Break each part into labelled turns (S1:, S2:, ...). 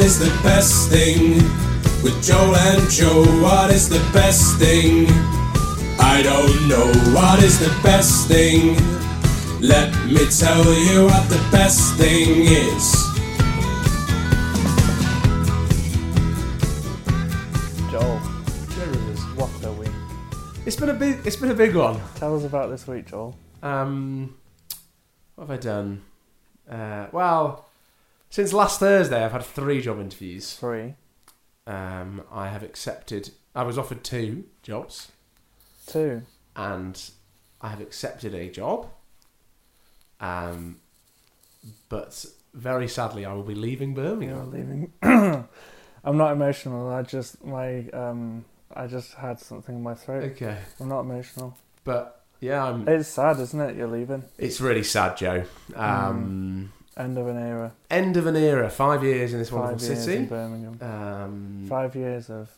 S1: is the best thing? With Joel and Joe, what is the best thing? I don't know what is the best thing. Let me tell you what the best thing is.
S2: Joel, there it is. What the wing?
S3: It's been a big. It's been a big one.
S2: Tell us about this week, Joel.
S3: Um, what have I done? Uh, well, since last Thursday, I've had three job interviews.
S2: Three,
S3: Um, I have accepted. I was offered two jobs,
S2: two.
S3: and I have accepted a job. Um, but very sadly, I will be leaving
S2: You're
S3: Birmingham.
S2: leaving. I'm not emotional. I just my um. I just had something in my throat.
S3: Okay,
S2: I'm not emotional.
S3: but yeah, I'm,
S2: It's sad, isn't it? You're leaving.
S3: it's really sad, Joe.
S2: Hmm.
S3: Um,
S2: End of an era.
S3: End of an era. Five years in this
S2: Five
S3: wonderful
S2: years in
S3: city.
S2: Birmingham.
S3: Um,
S2: Five years of.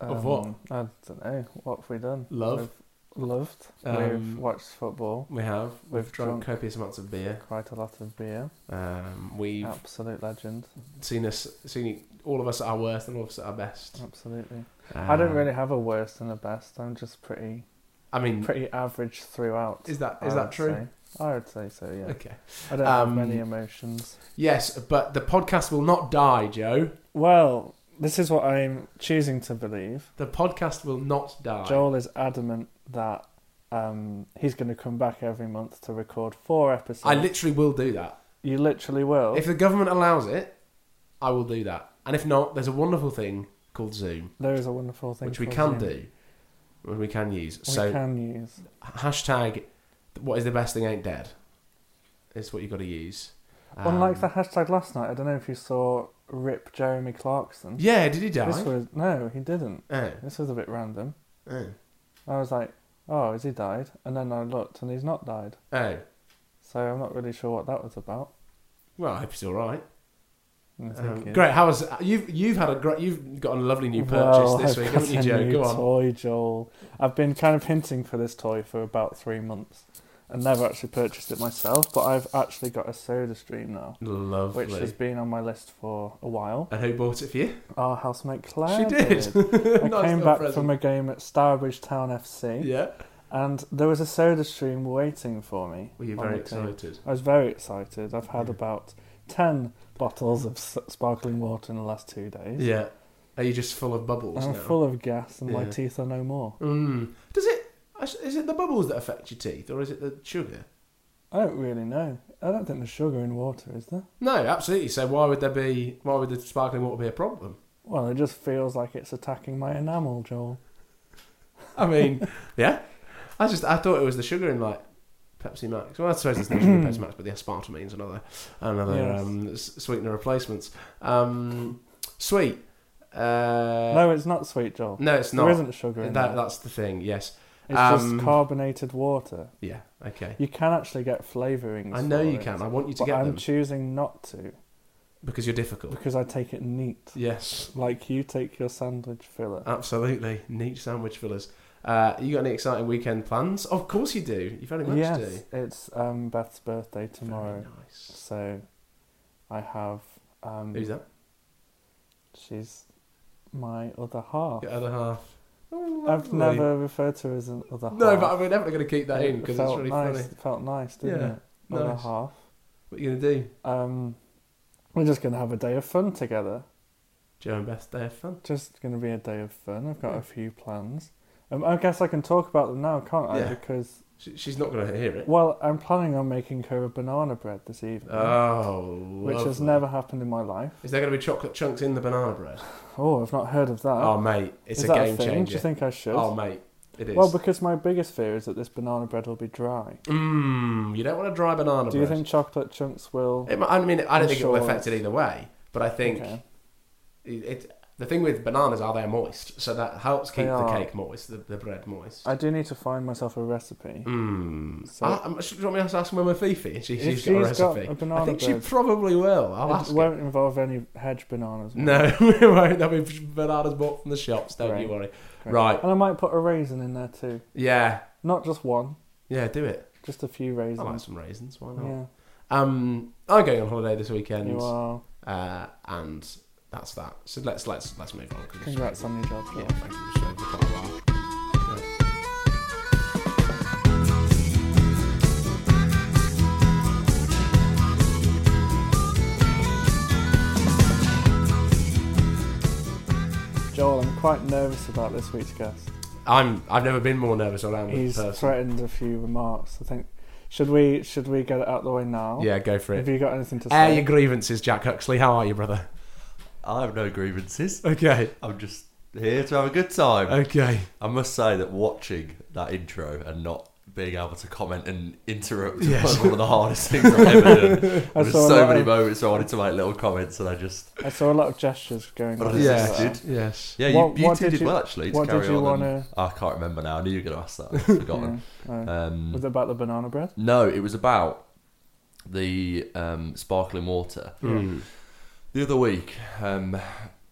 S2: um,
S3: Of what?
S2: I don't know. What have we done?
S3: Love.
S2: We've loved.
S3: Um,
S2: We've watched football.
S3: We have. We've,
S2: We've
S3: drunk,
S2: drunk.
S3: copious amounts of beer.
S2: Quite a lot of beer.
S3: Um, we've
S2: Absolute legend.
S3: seen us, seen all of us at our worst and all of us at our best.
S2: Absolutely. I don't
S3: Um,
S2: really have a worst and a best. I'm just pretty
S3: I mean,
S2: pretty average throughout.
S3: is that is
S2: I
S3: that
S2: would
S3: true?
S2: say. I would say so. Yeah.
S3: Okay.
S2: I don't
S3: Um,
S2: have many emotions.
S3: Yes, but the podcast will not die, Joe.
S2: Well, this is what I'm choosing to believe.
S3: The podcast will not die.
S2: Joel is adamant that um, he's going to come back every month to record four episodes.
S3: I literally will do that.
S2: you literally will.
S3: If the government allows it, I will do that. And if not, there's a wonderful thing called Zoom,
S2: there is a wonderful thing
S3: which we
S2: called
S3: can
S2: Zoom.
S3: do, which we can use.
S2: We
S3: so
S2: can use.
S3: hashtag, what is the best thing ain't dead, is what you got to use.
S2: Unlike
S3: Um,
S2: the hashtag last night, I don't know if you saw Rip Jeremy Clarkson.
S3: Yeah, did he die?
S2: This was no, he didn't.
S3: Oh,
S2: This was a bit random.
S3: oh,
S2: I was like, oh, has he died? And then I looked, and he's not died.
S3: oh.
S2: So I'm not really sure what that was about.
S3: Well, I hope he's all right.
S2: And I
S3: Um,
S2: think it-
S3: great. How was you've you've had a great you've got a lovely new purchase
S2: Well,
S3: this
S2: I've
S3: week,
S2: got
S3: haven't you,
S2: a
S3: Joe?
S2: new
S3: Go on.
S2: Toy, Joel. I've been kind of hinting for this toy for about three months, and never actually purchased it myself. But I've actually got a Soda Stream now,
S3: Lovely.
S2: which has been on my list for a while.
S3: and who bought it for you?
S2: Our housemate Claire.
S3: she did.
S2: I
S3: Nice
S2: came
S3: little
S2: back
S3: present.
S2: from a game at Starbridge Town FC,
S3: Yeah.
S2: and there was a Soda Stream waiting for me.
S3: Were you
S2: on
S3: very
S2: the table.
S3: excited?
S2: I was very excited. I've had about 10 bottles of s- sparkling water in the last two days.
S3: Yeah. Are you just full of bubbles
S2: I'm
S3: now?
S2: full of gas and my
S3: Yeah.
S2: teeth are no more.
S3: Mm. Does it? Is it the bubbles that affect your teeth, or is it the sugar?
S2: I don't really know. I don't think there's sugar in water, is there?
S3: No, absolutely. So why would there be? Why would the sparkling water be a problem?
S2: Well, it just feels like it's attacking my enamel, Joel.
S3: I mean, yeah. I just I thought it was the sugar in like Pepsi Max. Well, I suppose it's not sugar in Pepsi Max, but the aspartamine's another another
S2: Yes.
S3: um, s- sweetener replacements. Um, sweet. Uh,
S2: no, it's not sweet, Joel.
S3: no, it's
S2: There
S3: not.
S2: isn't sugar in
S3: That,
S2: there.
S3: that's the thing. Yes.
S2: It's
S3: um,
S2: just carbonated water.
S3: Yeah. Okay.
S2: You can actually get flavourings.
S3: I know
S2: for
S3: you
S2: it,
S3: can. I want you to
S2: but
S3: get
S2: I'm
S3: them
S2: choosing not to
S3: because you're difficult.
S2: because I take it neat.
S3: Yes.
S2: Like you take your sandwich filler.
S3: Absolutely. Neat sandwich fillers. Uh, you got any exciting weekend plans? Of course you do. You very much do.
S2: yes, it's um, Beth's birthday tomorrow,
S3: Very nice.
S2: so I have. Um,
S3: Who's that?
S2: She's my other half.
S3: Your other half. Oh,
S2: I've
S3: lovely.
S2: never referred to her as an other half.
S3: No, but we're never going to keep that in
S2: It
S3: because it's
S2: felt
S3: really
S2: nice.
S3: funny.
S2: It felt nice, didn't
S3: Yeah,
S2: it? Other
S3: nice.
S2: half.
S3: What are you going to do?
S2: Um, we're just gonna have a day of fun together.
S3: Joe and Beth, they have fun.
S2: Just gonna be a day of fun. I've got
S3: Yeah.
S2: a few plans. Um, I guess I can talk about them now, can't I?
S3: Yeah.
S2: Because
S3: She, she's not going to hear it.
S2: well, I'm planning on making her a banana bread this evening,
S3: Oh,
S2: which has
S3: lovely.
S2: never happened in my life.
S3: Is there going to be chocolate chunks in the banana bread?
S2: Oh, I've not heard of that.
S3: Oh, mate, it's
S2: is
S3: a
S2: that
S3: game
S2: a thing? Do
S3: changer.
S2: you think I should?
S3: oh, mate, it is.
S2: well, because my biggest fear is that this banana bread will be dry.
S3: Mmm, you don't want a dry banana
S2: Do you
S3: bread.
S2: think chocolate chunks will?
S3: It, mi- I mean, I don't
S2: I'm
S3: think it will
S2: sure
S3: affect it
S2: it's-
S3: either way, but I think
S2: Okay.
S3: it, it. The thing with bananas are they're moist, so that helps keep
S2: They
S3: the
S2: are.
S3: cake moist, the, the bread moist.
S2: I do need to find myself a recipe.
S3: Mm.
S2: So-
S3: I, I'm, should- do you want me to ask Mama Fifi? She,
S2: If
S3: she's got a
S2: she's got
S3: recipe.
S2: a banana
S3: I think
S2: bread-
S3: she probably will. I'll ask
S2: it
S3: her.
S2: won't involve any hedge bananas. will it?
S3: No, we won't. There'll be bananas bought from the shops. Don't you
S2: Right.
S3: worry.
S2: Great.
S3: Right.
S2: And I might put a raisin in there too.
S3: Yeah.
S2: Not just one,
S3: Yeah, do it.
S2: just a few
S3: I like
S2: raisins.
S3: Oh, some raisins. Why not?
S2: yeah,
S3: Um, I'm going on holiday this weekend.
S2: you are.
S3: uh, and that's that. So let's let's let's move on. 'cause we've
S2: Congrats on your job.
S3: yeah,
S2: Joel.
S3: thank you. We've spoken for quite a while.
S2: Joel, I'm quite nervous about this week's guest.
S3: I'm I've never been more nervous around
S2: He's
S3: with a person.
S2: threatened a few remarks. I think should we should we get it out the way now?
S3: Yeah, go for
S2: Have
S3: it.
S2: you got anything to say?
S3: Air your grievances, Jack Huxley. How are you, brother?
S4: I have no grievances.
S3: Okay,
S4: I'm just here to have a good time.
S3: okay.
S4: I must say that watching that intro and not being able to comment and interrupt
S3: Yes.
S4: was one of the hardest things I've ever done. There
S2: I
S4: was
S2: saw a
S4: so
S2: lot
S4: many
S2: of-
S4: moments I wanted to make little comments and I just
S2: I saw a lot of gestures going on.
S4: Yeah.
S2: as well.
S4: Yes,
S3: yes.
S4: yeah, you,
S2: What-
S4: you
S2: what
S4: two
S2: did
S4: did,
S2: you-
S4: well actually.
S2: what
S4: to carry
S2: did you
S4: on and-
S2: wanna-
S4: I can't remember now. I knew you were going to ask that. I've forgotten.
S2: Yeah, alright.
S4: um,
S2: Was it about the banana bread?
S4: No, it was about the um, sparkling water.
S3: Mm.
S4: The other week, um,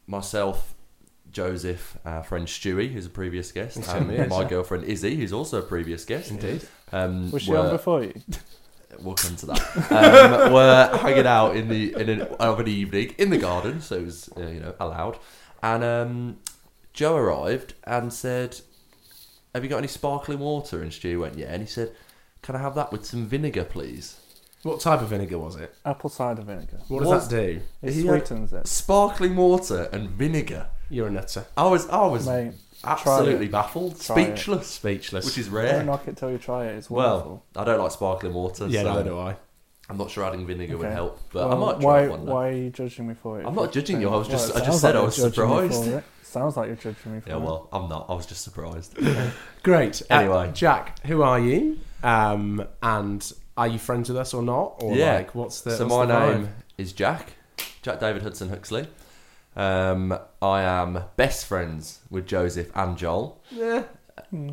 S4: myself, Joseph, our friend Stewie, who's a previous guest,
S3: Yes,
S4: and
S3: yes.
S4: my girlfriend Izzy, who's also a previous guest,
S3: Indeed.
S4: um,
S2: Was she
S4: were,
S2: on before you?
S4: we'll come to that. Um, we're hanging out in the in an, of an evening in the garden, so it was uh, you know allowed. And um, Joe arrived and said, "Have you got any sparkling water?" And Stu went, "Yeah." And he said, "Can I have that with some vinegar, please?"
S3: What type of vinegar was it?
S2: Apple cider vinegar.
S3: What does
S4: Was-
S3: that do?
S2: It
S4: He had-
S2: sweetens it.
S4: Sparkling water and vinegar.
S3: You're a nutter.
S4: I was I was
S2: Mate,
S4: absolutely
S2: it.
S4: baffled,
S2: Try it.
S4: speechless,
S3: Speechless.
S4: which is
S2: don't
S4: rare.
S2: knock it till you try it. It's wonderful.
S4: Well, I don't like sparkling water,
S3: yeah,
S4: so
S3: neither do I.
S4: I'm not sure adding vinegar would
S2: Okay.
S4: help, but I
S2: Well,
S4: might try
S2: why,
S4: it one day.
S2: why are you judging me for it?
S4: I'm not judging you, I was
S2: Well,
S4: just-
S2: it
S4: I just
S2: sounds
S4: said
S2: like
S4: I was
S2: you're judging me
S4: surprised.
S2: for it. Sounds like you're judging me for
S4: Yeah,
S2: it.
S4: well, I'm not. I was just surprised.
S3: Great. Uh,
S4: Anyway.
S3: Jack, who are you? Um, and are you friends with us or not? Or
S4: Yeah.
S3: like, what's the?
S4: so my
S3: what's the
S4: name
S3: vibe?
S4: is Jack, Jack David Hudson Huxley. Um, I am best friends with Joseph and Joel.
S2: Hmm.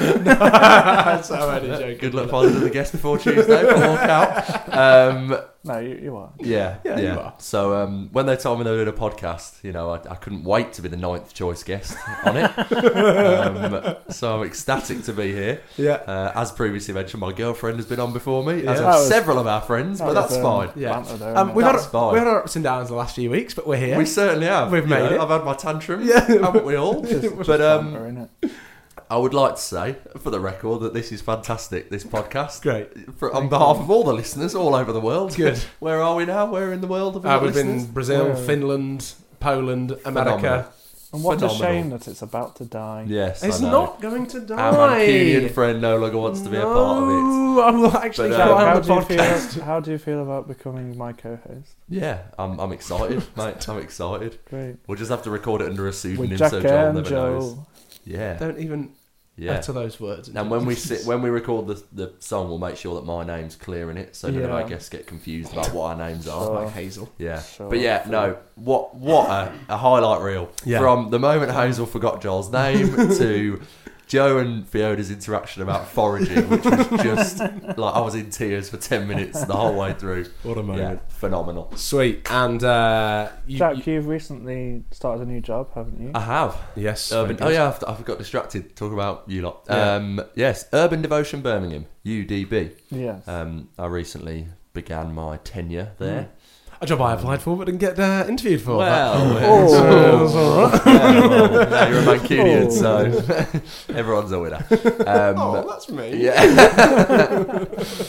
S3: so many joking.
S4: Good luck finding the guest before Tuesday. I'll walk out. Um,
S2: No, you, you are.
S4: yeah,
S3: Yeah,
S4: yeah.
S3: you are.
S4: So um, when they told me they were doing a podcast, you know, I, I couldn't wait to be the ninth choice guest on it. um, so I'm ecstatic to be here.
S3: Yeah.
S4: Uh, as previously mentioned, my girlfriend has been on before me,
S3: Yeah.
S4: as
S3: That
S4: have
S2: was-
S4: several of our friends, but
S2: That was,
S4: that's
S2: um,
S4: fine.
S3: Yeah.
S2: banter there,
S3: Um,
S2: innit?
S3: we've had
S4: That's fine.
S3: we had our ups and downs the last few weeks, but we're here.
S4: We certainly have.
S3: We've
S4: you
S3: made it.
S4: I've had my tantrum.
S3: Yeah.
S4: haven't we all?
S2: It's just-
S4: but um,
S2: banter, innit?
S4: I would like to say, for the record, that this is fantastic. This podcast,
S3: Great.
S4: for, on behalf of all the listeners all over the world.
S3: Good.
S4: Where are we now? Where in the world have we
S3: Uh,
S4: got
S3: we've been
S4: listeners?
S3: in Brazil,
S2: Where are we?
S3: Finland, Poland, America.
S4: Phenomenal.
S2: And what a
S4: phenomenal.
S2: shame that it's about to die.
S4: Yes,
S3: It's
S4: I know.
S3: not going to die.
S4: Our Mancunian friend no longer wants to be a part of it.
S3: No, I'm not actually
S4: But,
S3: glad
S4: um,
S3: I'm
S2: how,
S3: on the
S2: do you
S3: podcast.
S2: feel, how do you feel about becoming my co-host?
S4: Yeah, I'm, I'm excited, mate. I'm excited.
S2: Great.
S4: We'll just have to record it under a
S2: With
S4: pseudonym
S2: Jack
S4: so Joel
S2: and
S4: never knows.
S2: Joel.
S4: Yeah,
S3: Don't even
S4: yeah.
S3: utter those words.
S4: And when we sit, when we record the, the song, we'll make sure that my name's clear in it, so none of
S2: Yeah.
S4: our guests get confused about what our names are.
S2: Sure.
S3: like Hazel.
S4: Yeah,
S2: Sure.
S4: but yeah, no. What what a, a highlight reel
S3: Yeah.
S4: from the moment Hazel forgot Joel's name to Joe and Fiona's interaction about foraging, which was just like I was in tears for ten minutes the whole way through.
S3: What a
S4: Yeah, phenomenal.
S3: Sweet. And uh, you,
S2: Jack, you've recently started a new job, haven't you?
S4: I have
S3: you- yes.
S4: urban.
S3: very
S4: Oh
S3: good.
S4: yeah, I've- I have got distracted. Talk about you lot.
S3: Yeah.
S4: Um, yes, Urban Devotion Birmingham (UDB).
S2: yes.
S4: Um, I recently began my tenure there.
S3: A job I applied for but didn't get uh, interviewed for. Oh,
S4: Well,
S3: But-
S4: well,
S3: So it's all right.
S4: Yeah, well, now you're a Mancunian,
S2: Oh.
S4: so everyone's a winner. Um,
S3: Oh, that's me.
S4: yeah.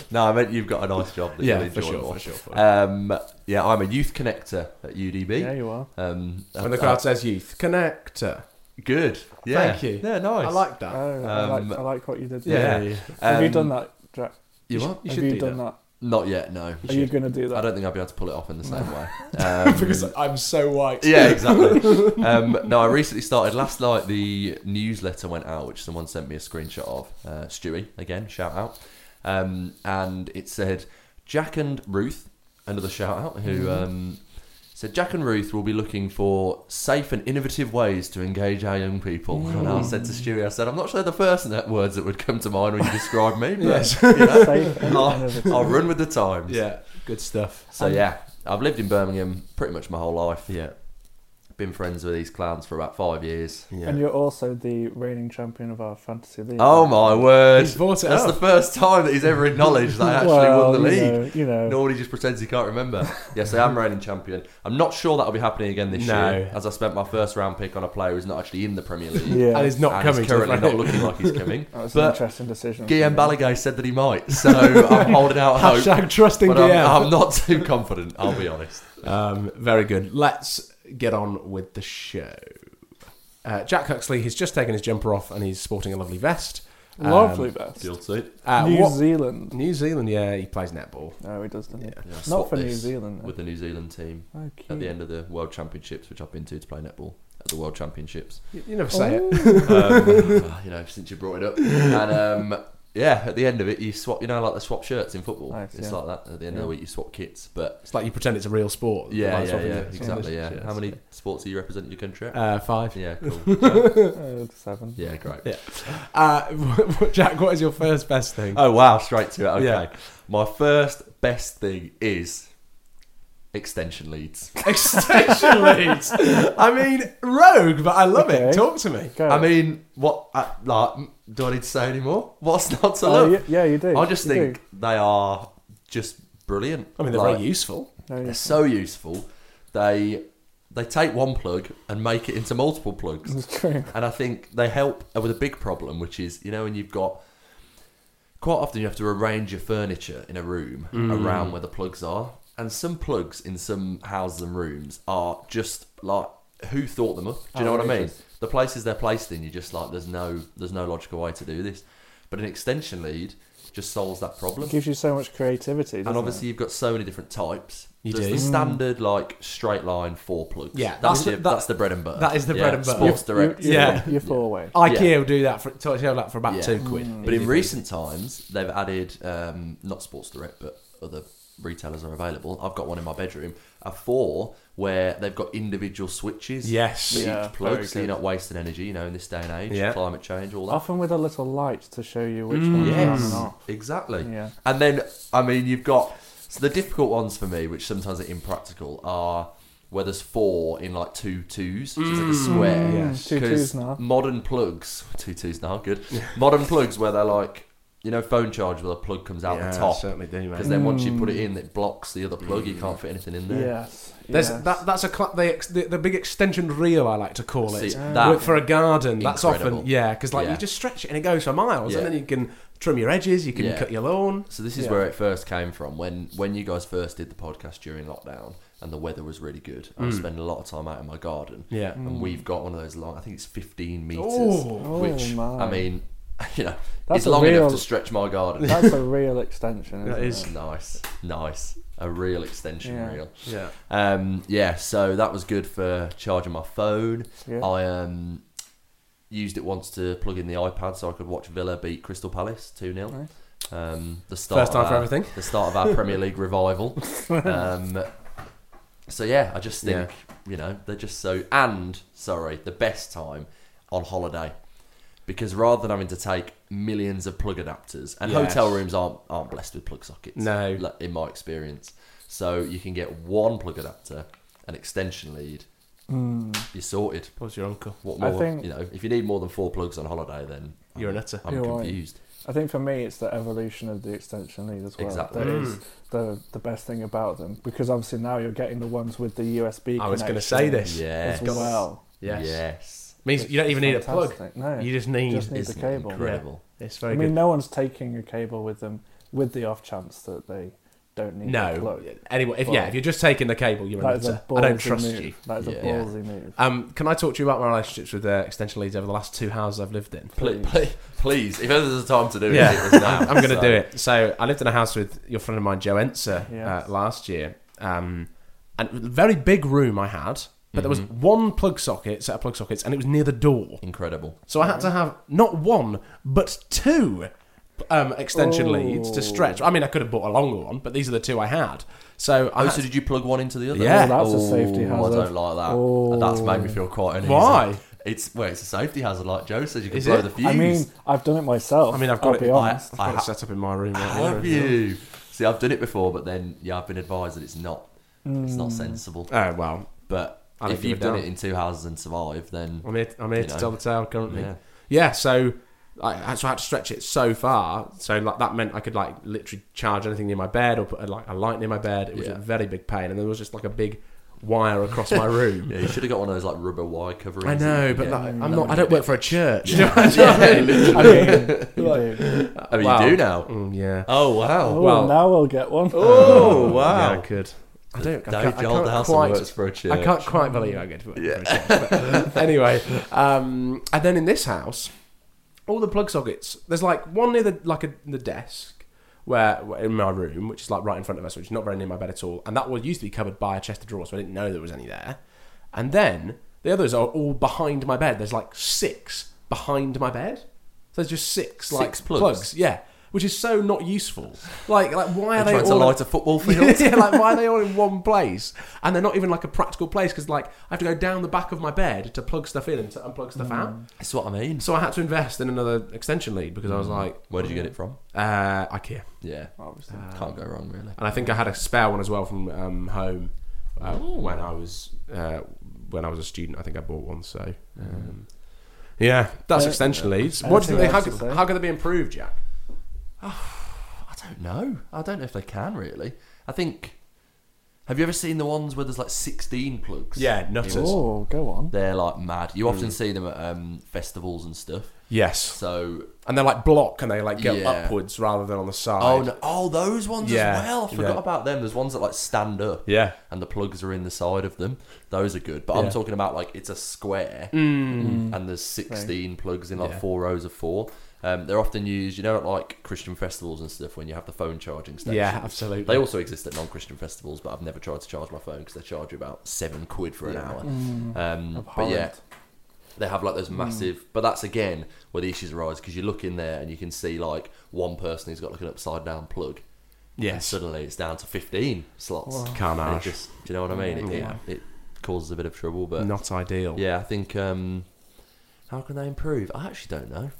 S4: no, I meant you've got a nice job that you'll
S3: Yeah, for
S4: enjoy
S3: sure,
S4: more.
S3: for sure. for sure.
S4: Um, yeah, I'm a youth connector at UDB.
S2: yeah, you are.
S4: Um,
S3: When
S4: uh,
S3: the crowd says youth, connector.
S4: good. Yeah.
S3: Thank you.
S4: Yeah, nice.
S3: I like that.
S2: Oh, I,
S4: Um,
S2: like, I like what you did there.
S4: yeah.
S2: Have you
S4: Um,
S2: done that, Jack?
S4: You
S3: sh-
S4: what?
S3: You
S2: Have
S3: should
S2: you
S3: do
S2: done that?
S4: Not yet. No.
S2: Are you going to do that?
S4: I don't think I'll be able to pull it off in the same way. Um,
S3: because I'm so white.
S4: yeah, exactly. Um, no, I recently started last night. The newsletter went out, which someone sent me a screenshot of. Uh, Stewie again, shout out, um, and it said Jack and Ruth, another shout out, who
S2: Mm-hmm.
S4: um, said Jack and Ruth will be looking for safe and innovative ways to engage our young people. And I said to Stewie, I said, I'm not sure the first net words that would come to mind when you describe me, but
S3: Yes.
S4: you know,
S2: Safe and innovative.
S4: I'll, I'll run with the times.
S3: Yeah. Good stuff.
S4: So yeah, I've lived in Birmingham pretty much my whole life.
S3: Yeah.
S4: been friends with these clowns for about five years.
S2: And
S3: Yeah.
S2: you're also the reigning champion of our fantasy league.
S4: Oh my word!
S3: He's bought it
S4: That's
S3: up.
S4: the first time that he's ever acknowledged that I actually
S2: Well,
S4: won the league.
S2: you know, you know.
S4: Normally just pretends he can't remember. Yes, I am reigning champion. I'm not sure that'll be happening again this
S3: No.
S4: year, as I spent my first round pick on a player who's not actually in the Premier League.
S2: Yeah,
S3: And he's not
S4: and
S3: coming.
S4: he's
S3: to the
S4: currently
S3: front.
S4: not looking like he's coming.
S2: that was an
S4: but
S2: interesting decision.
S4: Guillaume Balagay said that he might, so I'm holding out hope.
S3: Hashtag trusting
S4: but
S3: DM.
S4: I'm, I'm not too confident, I'll be honest.
S3: Um, very good. Let's get on with the show. Uh, Jack Huxley, he's just taken his jumper off and he's sporting a lovely vest. Um,
S2: Lovely best.
S4: Guilty.
S3: Uh,
S2: New
S3: what-
S2: Zealand.
S3: New Zealand, yeah, he plays netball.
S2: No, he does, doesn't he?
S3: Yeah.
S4: Yeah, I
S2: Not
S4: swapped
S2: for New
S4: this
S2: Zealand.
S4: With the New Zealand team at
S2: Hmm.
S4: the end of the World Championships, which I've been to to play netball at the World Championships.
S3: You, you never say
S4: Oh.
S3: it.
S4: um, you know, since you brought it up. And um, yeah, at the end of it, you swap. You know, like they swap shirts in football.
S2: Nice,
S4: it's
S2: yeah.
S4: like that. At the end of
S2: Yeah.
S4: the week, you swap kits. But
S3: It's like you pretend it's a real sport.
S4: yeah,
S3: Like,
S4: yeah,
S3: sort
S4: yeah,
S3: of, it's one of those-
S4: exactly. Yeah. How many sports are you representing your country? At?
S3: Uh, five.
S4: yeah, cool. So,
S2: Uh, seven.
S4: yeah, great.
S3: Yeah. Uh, Jack, what is your first best thing?
S4: Oh wow, straight to it. Okay,
S3: Yeah.
S4: my first best thing is extension leads.
S3: Extension leads. I mean, rogue, but I love it.
S2: Okay.
S3: Talk to me.
S2: Go.
S4: I mean, what? I, like, do I need to say any more? What's not to
S2: Oh,
S4: love?
S2: y- yeah, you do.
S4: I just
S2: You do.
S4: think they are just brilliant.
S3: I mean, they're
S4: Like,
S3: very useful.
S2: No, you-
S4: They're so useful. They they take one plug and make it into multiple plugs.
S2: it's true.
S4: And I think they help with a big problem, which is you know when you've got quite often you have to arrange your furniture in a room
S3: Hmm.
S4: around where the plugs are. And some plugs in some houses and rooms are just like who thought them up? Do
S3: Oh,
S4: you know what I mean?
S2: Outrageous.
S4: The places they're placed in, you're just like there's no there's no logical way to do this. But an extension lead just solves that problem.
S2: It gives you so much creativity. doesn't
S4: And
S2: it?
S4: obviously, you've got so many different types.
S3: You
S4: There's
S3: do.
S4: the
S3: Mm.
S4: standard like straight line four plugs.
S3: Yeah,
S4: that's
S3: that's-
S4: the,
S3: that-
S4: that's the bread and butter.
S3: that is the
S4: Yeah,
S3: bread and butter.
S4: Sports
S2: You-
S4: Direct.
S2: you-
S3: Yeah.
S2: You're four way.
S4: Oh,
S3: IKEA will do that for, to- to that for about
S4: Yeah. Mm,
S3: two quid.
S4: But in recent times, they've added um, not Sports Direct, but other retailers are available. I've got one in my bedroom, a four where they've got individual switches.
S3: Yes.
S4: for each
S2: Yeah,
S4: plug,
S2: very
S4: so you're
S2: good. Oh,
S4: not wasting energy. You know, in this day and age,
S3: Yeah.
S4: climate change, all that.
S2: Often with a little light to show you which
S3: Mm.
S2: one's on and
S4: Yes,
S2: off.
S4: exactly.
S2: Yeah.
S4: And then, I mean, you've got so the difficult ones for me, which sometimes are impractical, are where there's four in like two twos, which is like a square.
S2: Mm, yes. two
S4: 'Cause
S2: twos now.
S4: Modern plugs, two twos now, good. modern plugs where they're like, you know, phone charge where the plug comes out the top.
S3: certainly do,
S4: Because then once you put it
S2: Hmm.
S4: in, it blocks the other plug. You can't fit anything in there.
S2: Yes.
S3: There's,
S2: yes.
S3: that, that's a cla- the, ex- the the big extension reel I like to call it
S4: See,
S2: uh,
S4: that-
S3: With- for a garden. That's often
S4: Incredible.
S3: yeah, because like
S4: Yeah.
S3: you just stretch it and it goes for miles,
S4: Yeah.
S3: and then you can trim your edges, you can
S4: Yeah.
S3: cut your lawn.
S4: So this is
S2: Yeah.
S4: where it first came from. When when you guys first did the podcast during lockdown and the weather was really good, I was spending a lot of time out in my garden.
S3: Hmm. Yeah.
S4: and we've got one of those long. I think it's 15 meters,
S3: Oh.
S4: which
S2: Hmm. Oh, my.
S4: I mean, you know,
S2: That's
S4: it's
S2: a
S4: long
S2: real-
S4: enough to stretch my garden.
S2: That's a real extension. Isn't
S3: That is-
S2: It?
S4: nice, nice, a real extension
S2: Yeah.
S4: reel.
S3: Yeah,
S4: Um, yeah, so that was good for charging my phone.
S2: Yeah.
S4: I um, used it once to plug in the iPad so I could watch Villa beat Crystal Palace 2 0.
S2: Nice.
S4: Um, the start
S3: First time
S4: of
S3: for
S4: our-
S3: everything.
S4: The start of our Premier League revival. Um, so yeah, I just think you know they're just so and sorry the best time on holiday because rather than having to take millions of plug adapters and
S3: Yes.
S4: hotel rooms aren't aren't blessed with plug sockets.
S3: No.
S4: like, in my experience, so you can get one plug adapter, an extension lead,
S2: Mm.
S4: you're sorted.
S3: was your uncle?
S4: What
S2: I
S4: more?
S2: think-
S4: you know, if you need more than four plugs on holiday, then
S3: You're an utter.
S4: I'm
S2: You're right.
S4: confused.
S2: I think for me, it's the evolution of the extension lead as well.
S4: Exactly.
S2: That is
S3: Mm.
S2: the the best thing about them because obviously now you're getting the ones with the USB.
S3: I was going to
S2: connection
S3: say this.
S4: Yeah.
S2: as well.
S3: Yes.
S4: Yes.
S3: Means you don't even need a plug.
S2: Fantastic. No,
S3: You just need.
S2: Just need- It's
S4: Isn't it
S2: cable.
S4: incredible.
S3: It's
S2: I
S3: very
S2: mean,
S3: good.
S2: no one's taking a cable with them, with the off chance that they don't need a
S3: No,
S2: plug.
S3: anyway, if, yeah, if you're just taking the cable, you're
S2: That
S3: an
S2: is a
S3: utter.
S2: ballsy
S3: I don't trust
S2: move.
S3: you.
S2: That is
S4: Yeah.
S2: a ballsy move.
S3: Um, can I talk to you about my relationships with uh, extension leads over the last two houses I've lived in?
S4: Please, please, please, if there's a time to do it,
S3: Yeah.
S4: it was now.
S3: I'm going to
S4: So-
S3: do it. So I lived in a house with your friend of mine, Joe Enser,
S2: Yes.
S3: uh, last year, um, and it was a very big room I had, but there was
S4: Mm-hmm.
S3: one plug socket, set of plug sockets, and it was near the door.
S4: Incredible.
S3: So I had to have not one but two um, extension leads to stretch. I mean, I could have bought a longer one, but these are the two I had. So I
S4: Oh,
S3: had
S4: so did you plug one into the other?
S3: Yeah.
S2: Oh, that's a safety hazard.
S4: I don't like that.
S2: Oh.
S4: That's made me feel quite uneasy.
S3: Why?
S4: It's well, it's a safety hazard, like Joe says. You can
S3: Is
S4: blow
S3: it?
S4: the fuse.
S2: I mean, I've done it myself.
S3: I mean, I've got
S2: I'll
S3: it.
S2: Be honest.
S3: I've got
S4: I
S3: it
S4: ha-
S3: set up in my room. right
S4: have
S3: here.
S4: you? See, Hmm. Uh, I've done it before, but then yeah, I've been advised that it's not. It's not sensible.
S3: Oh well,
S4: But
S3: I don't
S4: if
S3: give
S4: you've
S3: a
S4: done
S3: damn.
S4: it in two houses and survived, then
S3: I'm here. I'm here
S4: You
S3: to
S4: know.
S3: tell the tale currently.
S4: Yeah.
S3: Yeah. so I, I- so I had to stretch it so far. So like that meant I could like literally charge anything near my bed or put a, like a light near my bed. It was
S4: Yeah.
S3: a very big pain, and there was just like a big wire across my room.
S4: yeah, you should have got one of those like rubber wire coverings.
S3: I know, but
S4: yeah.
S3: like,
S2: Mm.
S3: I'm not. I don't work for a church.
S4: Yeah,
S2: You
S4: literally.
S2: do. You do.
S4: I mean,
S3: Wow.
S4: you do now.
S3: Mm, yeah.
S4: Oh wow!
S2: Oh,
S3: well-
S2: now we'll get one.
S4: Oh wow!
S3: Yeah, I could. I don't. I
S4: Dave
S3: can't, I can't
S4: Joldhouse
S3: quite.
S4: works for a church.
S3: I can't quite believe I get to work for a church. But anyway, um, and then in this house, all the plug sockets. There's like one near the like a, the desk where where- in my room, which is like right in front of us, which is not very near my bed at all, and that was used to be covered by a chest of drawers, so I didn't know there was any there. And then the others are all behind my bed. There's like six behind my bed. So there's just six, like
S4: plugs?
S3: Yeah. Which is so not useful. Like, like why are
S4: They're
S3: they
S4: trying to
S3: all
S4: light a football field?
S3: yeah, like why are they all in one place? And they're not even like a practical place because like I have to go down the back of my bed to plug stuff in and to unplug stuff out.
S4: That's what I mean.
S3: So I had to invest in another extension lead because I was like,
S4: Mm. Where did you get it from?
S3: uh, IKEA,
S4: Yeah,
S2: Obviously.
S4: can't go wrong really.
S3: and I think I had a spare one as well from um, home uh, when I was uh, when I was a student. I think I bought one. So
S4: Mm.
S3: um, yeah, that's
S2: Uh,
S3: extension leads.
S2: I
S3: What do
S2: think
S3: they? How,
S2: that's
S3: could-
S2: the same.
S3: how can they be improved, Jack?
S4: I don't know. I don't know if they can really. I think. Have you ever seen the ones where there's like 16 plugs?
S3: Yeah, nutters.
S2: Oh, go on.
S4: They're like mad. You often see them at um, festivals and stuff.
S3: Yes,
S4: So,
S3: and they're like block, and they like go
S4: Yeah.
S3: upwards rather than on the side.
S4: oh, no, oh, those ones
S3: Yeah,
S4: as well. I forgot
S3: yeah.
S4: about them. There's ones that like stand up.
S3: Yeah.
S4: and the plugs are in the side of them. Those are good. But I'm
S3: Yeah.
S4: talking about like it's a square
S3: Mm.
S4: and there's 16 plugs in like
S3: Yeah.
S4: four rows of four. Um, they're often used, you know, at like Christian festivals and stuff when you have the phone charging stations.
S3: Yeah, absolutely.
S4: They also exist at non Christian festivals, but I've never tried to charge my phone because they charge you about seven quid for an
S3: Yeah.
S4: hour.
S3: Mm.
S4: Um, but
S2: Abhorrent.
S4: yeah, they have like those massive. But that's again where the issues arise because you look in there and you can see like one person who's got like an upside down plug. And
S3: yes.
S4: suddenly it's down to 15 slots. And it
S3: Carnage.
S4: just, do you know what I mean? It,
S3: Yeah.
S4: it, it causes a bit of trouble, but
S3: Mm. Not ideal.
S4: yeah, I think um, how can they improve? I actually don't know.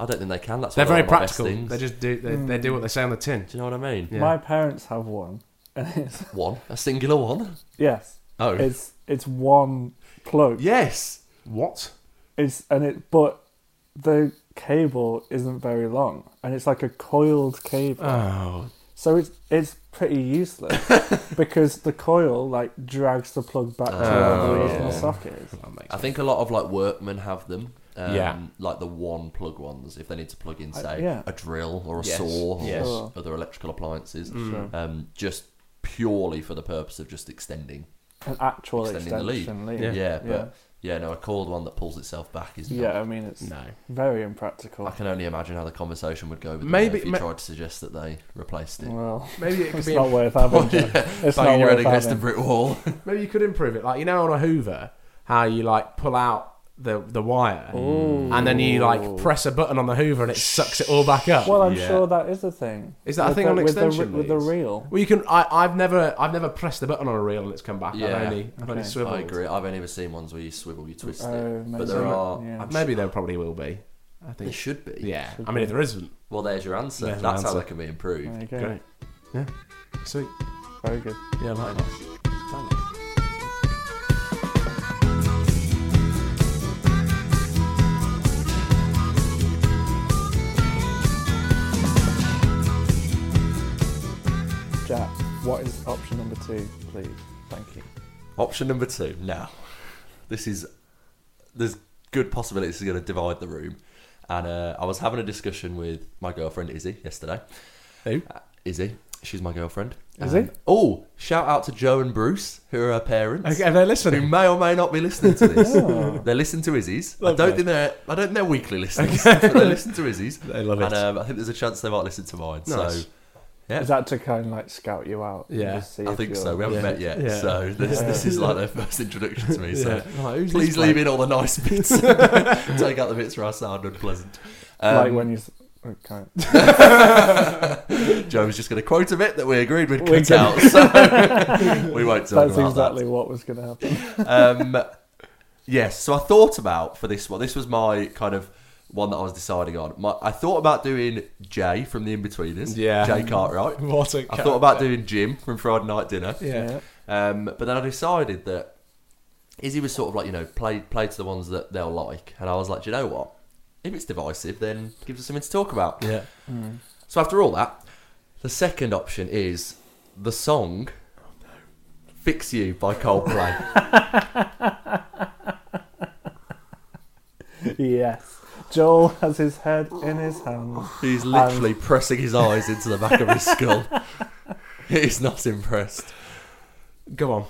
S4: I don't think they can. That's
S3: They're very
S4: why they're one of my best
S3: practical.
S4: things.
S3: They just do they, they do what they say on the tin.
S4: Do you know what I mean?
S3: Yeah.
S2: My parents have one, and it's
S4: One, a singular one.
S2: yes,
S4: Oh,
S2: it's it's one plug.
S4: yes.
S3: What?
S2: It's and it, but the cable isn't very long, and it's like a coiled cable,
S3: Oh,
S2: so it's it's pretty useless because the coil like drags the plug back to where
S4: Oh,
S2: the original
S4: yeah.
S2: socket is.
S3: that makes
S4: I think a lot of like workmen have them. Um,
S3: Yeah.
S4: Like the one plug ones, if they need to plug in, say,
S2: yeah.
S4: a drill or a
S3: Yes.
S4: saw or
S3: Yes.
S2: Sure.
S3: Mm.
S4: other electrical appliances,
S3: Hmm.
S2: Sure.
S4: um, just purely for the purpose of just extending
S2: An actual
S4: Extending the lead.
S2: extension lead.
S4: Yeah,
S2: yeah.
S4: but yeah, no, a coiled one that pulls itself back is not.
S2: Yeah, I mean it's
S3: no.
S2: very impractical.
S4: I can only imagine how the conversation would go with them
S3: Maybe-
S4: if you
S3: ma-
S4: tried to suggest that they replaced it.
S2: Well,
S3: Maybe it could
S2: it's
S3: be.
S2: not worth having. Mm. It's not
S4: Banging your head
S2: worth
S4: against a
S2: having.
S4: brick wall.
S3: Maybe you could improve it, like you know on a Hoover, how you like pull out the the wire, and then you like press a button on the Hoover and it sucks it all back up.
S2: Well, I'm
S4: Yeah.
S2: sure that is a thing.
S3: Is that a
S2: With
S3: thing
S2: the-
S3: on
S2: with the,
S3: extension
S2: with the
S3: leads?
S2: reel?
S3: Well, you can. I, I've never, I've never pressed the button on a reel and it's come back.
S4: Yeah.
S3: I've only, I've only
S2: Okay.
S3: swiveled.
S4: I agree. I've only ever seen ones where you swivel, you twist
S2: Oh,
S4: it.
S2: maybe
S4: But there
S2: not.
S4: are.
S2: Yeah.
S4: I'm
S3: Maybe there probably will be. I
S4: sure there
S3: think.
S4: should be.
S3: Yeah. I mean, if there isn't,
S4: Well, there's your answer.
S3: There's my
S4: That's how
S3: answer.
S4: they can be improved.
S2: There you go.
S3: great. Yeah. Sweet.
S2: Very good.
S3: Yeah. Like that.
S2: Jack, what is option number two, please? Thank you.
S4: Option number two. Now, this is there's good possibility this is going to divide the room. And uh, I was having a discussion with my girlfriend Izzy yesterday.
S3: Who?
S4: Uh, Izzy, she's my girlfriend.
S2: Izzy?
S4: Um, oh, shout out to Joe and Bruce, who are her parents.
S3: Okay, they're
S4: Who
S3: listening.
S4: may or may not be listening to this.
S2: Oh.
S4: They listen to Izzy's. I
S3: Lovely.
S4: don't think they're. I don't think they're weekly listeners. but they listen to Izzy's,
S3: They love it.
S4: and um, I think there's a chance they might listen to mine.
S3: Nice.
S4: So Yeah.
S2: Um, Is that to kind of like scout you out? and
S3: Yeah,
S2: just see
S4: I
S2: if
S4: think
S2: you're-
S4: so. We haven't
S3: Yeah.
S4: met yet,
S3: Yeah.
S4: so this,
S2: Yeah.
S4: this is like their first introduction to me. So
S3: Yeah. Like, who's this
S4: please leave
S3: bloke?
S4: in all the nice bits. Take out the bits where I sound unpleasant. Um,
S2: like when you. s- Okay.
S4: Joe was just going to quote a bit that we agreed we'd
S2: We
S4: cut out, so we won't talk
S2: That's
S4: about that.
S2: exactly what was going to happen.
S4: um, yes, so I thought about for this one. This was my kind of one that I was deciding on. My, I thought about doing Jay from The Inbetweeners.
S3: Yeah.
S4: Jay Cartwright.
S3: What a
S4: I thought about doing Jim from Friday Night Dinner.
S3: Yeah.
S4: Um, but then I decided that Izzy was sort of like, you know, play play to the ones that they'll like, and I was like, Do you know what? If it's divisive, then give us something to talk about.
S3: Yeah.
S4: So after all that, the second option is the song "Fix You" by Coldplay.
S2: Yes. Joel has his head in his hand.
S4: He's literally pressing his eyes into the back of his skull. He's not impressed.
S3: Go on.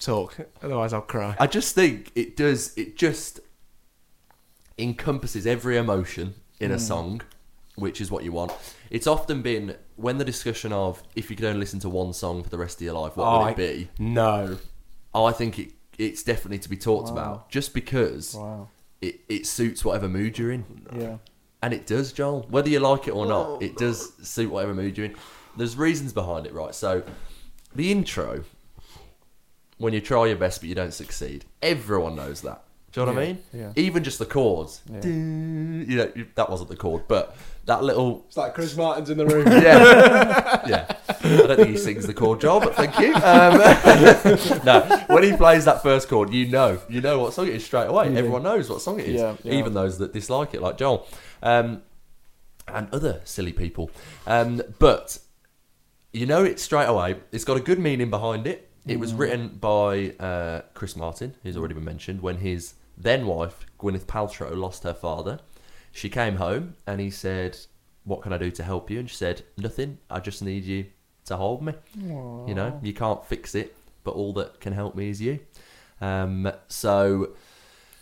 S3: Talk. Otherwise, I'll cry.
S4: I just think it does. It just encompasses every emotion in a song, which is what you want. It's often been when the discussion of if you could only listen to one song for the rest of your life, what would
S3: Oh, I-
S4: it be?
S3: No.
S4: Oh, I think it it's definitely to be talked about, just because
S2: Wow.
S4: it, it suits whatever mood you're in,
S2: Yeah.
S4: and it does, Joel. Whether you like it or not, it does suit whatever mood you're in. There's reasons behind it, right? So, the intro, when you try your best but you don't succeed, everyone knows that. Do you know what I mean?
S2: yeah.
S4: Even just the chords.
S2: Yeah.
S4: Do- You know, you- that wasn't the chord, but that little
S3: It's like Chris Martin's in the room.
S4: yeah, yeah. I don't think he sings the chord job, but thank you. Um, no, when he plays that first chord, you know, you know what song it is straight away. Everyone knows what song it is,
S2: Yeah, yeah.
S4: even those that dislike it, like Joel, um, and other silly people. Um, but you know it straight away. It's got a good meaning behind it. It
S2: Mm.
S4: was written by uh, Chris Martin, who's already been mentioned, when his then wife, Gwyneth Paltrow, lost her father. She came home and he said, What can I do to help you? And she said, Nothing. I just need you to hold me. You know, you can't fix it, but all that can help me is you. Um, so,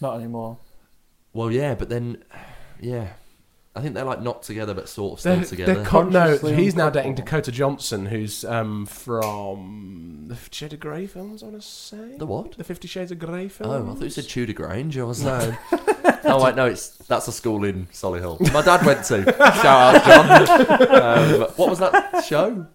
S2: Not anymore.
S4: well, yeah, but then, yeah. I think they're like not together, but sort of still
S3: They're,
S4: together.
S3: they're con- no,
S2: Consciously
S3: he's now dating
S2: uncomfortable.
S3: Dakota Johnson, who's um, from the Shades of Grey films, I want to say.
S4: The what?
S3: The Fifty Shades of Grey films.
S4: Oh, I thought you said Tudor Grange. I was no. oh wait, no, it's that's a school in Solihull. My dad went to. Shout out, John. Um, what was that show?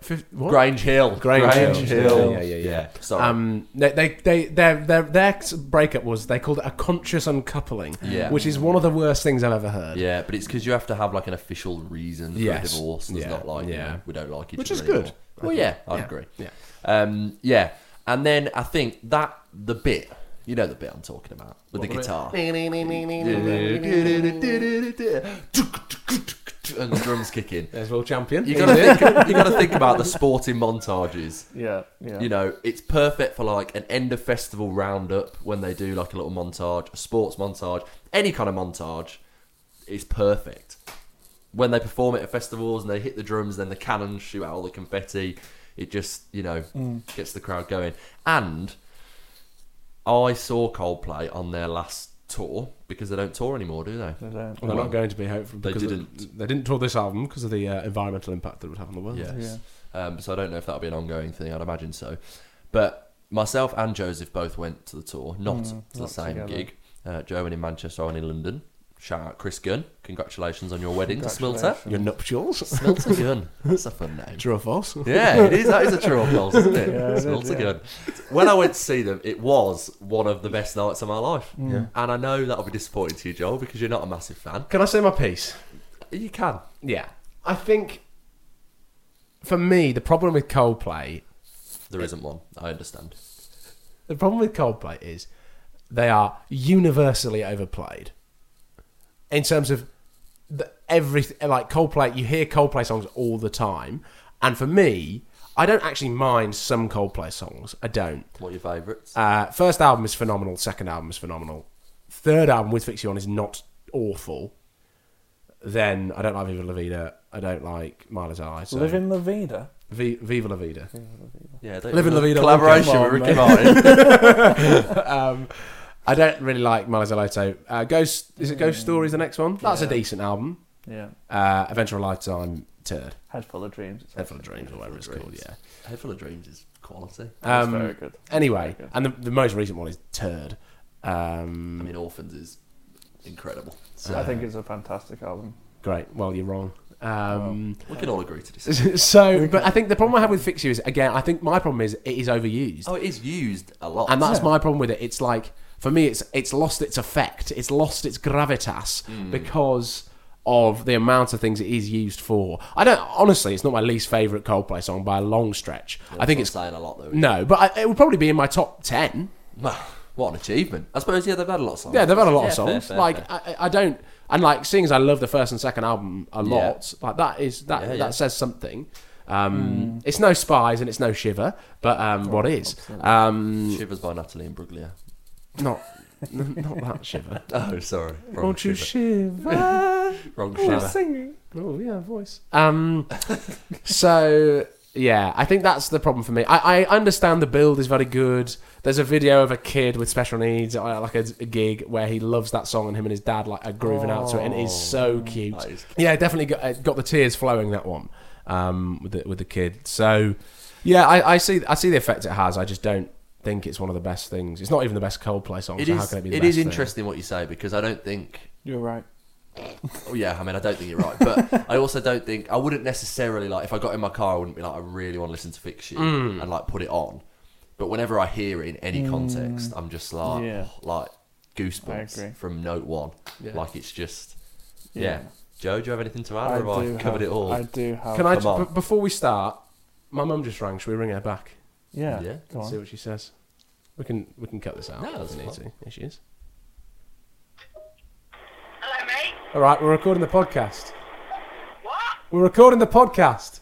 S3: Fif- what?
S4: Grange Hill.
S3: Grange Hill.
S4: Yeah, yeah, yeah. Sorry.
S3: Um, they, they, they, their, their, their breakup was they called it a conscious uncoupling,
S4: Yeah.
S3: which is one of the worst things I've ever heard.
S4: yeah, but it's because you have to have like an official reason for a
S3: Yes.
S4: divorce. It's
S3: Yeah,
S4: not like you
S3: yeah.
S4: know, we don't like each
S3: Which
S4: other.
S3: is good,
S4: anymore.
S3: I
S4: Well,
S3: think.
S4: yeah, I
S3: Yeah,
S4: agree.
S3: yeah.
S4: Um, yeah, and then I think that the bit, you know, the bit I'm talking about with the guitar. and the drums kick in.
S3: There's Will Champion.
S4: You gotta think. You gotta think about the sporting montages.
S2: Yeah. Yeah.
S4: You know, it's perfect for like an end of festival roundup when they do like a little montage, a sports montage, any kind of montage. is perfect. When they perform it at festivals and they hit the drums, then the cannons shoot out all the confetti. It just you know
S2: Mm.
S4: gets the crowd going. And I saw Coldplay on their last tour because they don't tour anymore, do they?
S2: They don't.
S3: Well, they're not going to be hopeful.
S4: They
S3: because of-
S4: didn't.
S3: they didn't tour this album because of the uh, environmental impact that it would have on the world.
S4: Yes. Um, so I don't know if that'll be an ongoing thing. I'd imagine so. But myself and Joseph both went to the tour, not to the
S2: Hmm, not
S4: same
S2: together.
S4: gig. Uh, Joe went in Manchester, I went in London. Shout out Chris Gunn. Congratulations on your wedding to Smilter.
S2: Congratulations.
S3: Your nuptials.
S4: Smilter Gunn. That's a fun name.
S3: True or false?
S4: Yeah, it is. That is a true or false, isn't it?
S2: Yeah, it is,
S4: Smilter
S2: yeah.
S4: Gunn. When I went to see them, it was one of the best nights of my life.
S2: Hmm.
S4: And I know that'll be disappointing to you, Joel, because you're not a massive fan.
S3: Can I say my piece?
S4: You can.
S3: Yeah. I think for me, the problem with Coldplay,
S4: There isn't one. I understand.
S3: the problem with Coldplay is they are universally overplayed in terms of the, every like Coldplay. You hear Coldplay songs all the time, and for me, I don't actually mind some Coldplay songs. I don't.
S4: What are your favourites?
S3: Uh, first album is phenomenal. Second album is phenomenal. Third album with Fix You On is not awful. Then I don't like Viva La Vida. I don't like Miles Eye. So
S2: Living La Vida.
S3: v- Viva La Vida.
S4: yeah, don't-
S3: Living La Vida Loca.
S4: collaboration
S2: Come on,
S4: with Ricky
S2: mate.
S4: Martin.
S3: um, I don't really like Miles Alito. Uh, Ghost is it Ghost Stories the next one? That's a decent album.
S2: Yeah.
S3: Uh, Adventure of a Lifetime turd.
S2: Head full of dreams. It's
S3: Head Full of Dreams or whatever it's called. Yeah.
S4: Head Full of Dreams is quality.
S2: It's
S3: Um,
S2: very good.
S3: Anyway,
S2: Very good.
S3: and the, the most recent one is turd. Um,
S4: I mean, Orphans is incredible. So
S2: I
S3: uh,
S2: think it's a fantastic album.
S3: great. Well, you're wrong. Um,
S4: we can all agree to this.
S3: so, but I think the problem I have with Fix You is again, I think my problem is it is overused,
S4: Oh, it is used a lot.
S3: and that's
S2: Yeah.
S3: my problem with it. It's like for me, it's it's lost its effect, it's lost its gravitas
S4: Mm.
S3: because of the amount of things it is used for. I don't honestly, it's not my least favorite Coldplay song by a long stretch. I think
S4: not
S3: it's
S4: saying a lot though.
S3: no, but I, it would probably be in my top ten.
S4: Well, what an achievement. I suppose, yeah, they've had a lot of songs.
S3: Yeah, they've had a lot of
S4: Yeah, fair,
S3: songs.
S4: fair,
S3: like I, I don't, and like seeing as I love the first and second album a lot, like that is that
S4: Yeah,
S3: that
S4: yeah.
S3: says something. Um,
S4: Mm.
S3: It's no Spies and it's no Shiver, but um,
S4: Oh,
S3: what is? Um,
S4: Shivers by Natalie and Bruglia.
S3: not n- not that Shiver.
S4: Oh, sorry. Wrong
S3: Won't you
S4: shiver.
S3: shiver?
S4: Wrong
S2: Oh,
S4: shiver.
S2: singing.
S3: oh yeah, voice. Um, so yeah, I think that's the problem for me. I, I understand the build is very good. There's a video of a kid with special needs, uh, like a, a gig where he loves that song, and him and his dad like are grooving out to it, and it is so cute.
S4: That is-
S3: Yeah, definitely got, uh, got the tears flowing that one um, with the with the kid. So yeah, I, I see I see the effect it has. I just don't think it's one of the best things. It's not even the best Coldplay song.
S4: It
S3: so how
S4: is,
S3: can it be?
S4: it
S3: The
S4: is
S3: best thing?
S4: interesting what you say because I don't think.
S2: You're right.
S4: Oh yeah, I mean, I don't think you're right, but I also don't think I wouldn't necessarily like if I got in my car, I wouldn't be like, I really want to listen to Fix You
S2: Mm.
S4: and like put it on. But whenever I hear it in any context, I'm just like,
S2: Yeah.
S4: oh, like goosebumps
S2: agree.
S4: from note one.
S3: Yeah.
S4: Like it's just, yeah.
S2: Yeah.
S4: Joe, do you have anything to add, or have I
S2: do
S4: covered
S2: have-
S4: it all?
S2: I do have.
S3: Can I
S4: Come on.
S3: just, b- before we start? My mum just rang. Should we ring her back?
S2: Yeah.
S4: Yeah.
S2: Go
S3: See
S2: on.
S3: what she says. We can we can cut this out.
S4: No,
S3: if
S4: that's
S3: we need
S4: fine.
S3: to. Here she is.
S5: Hello, mate.
S3: All right, we're recording the podcast.
S5: What?
S3: We're recording the podcast.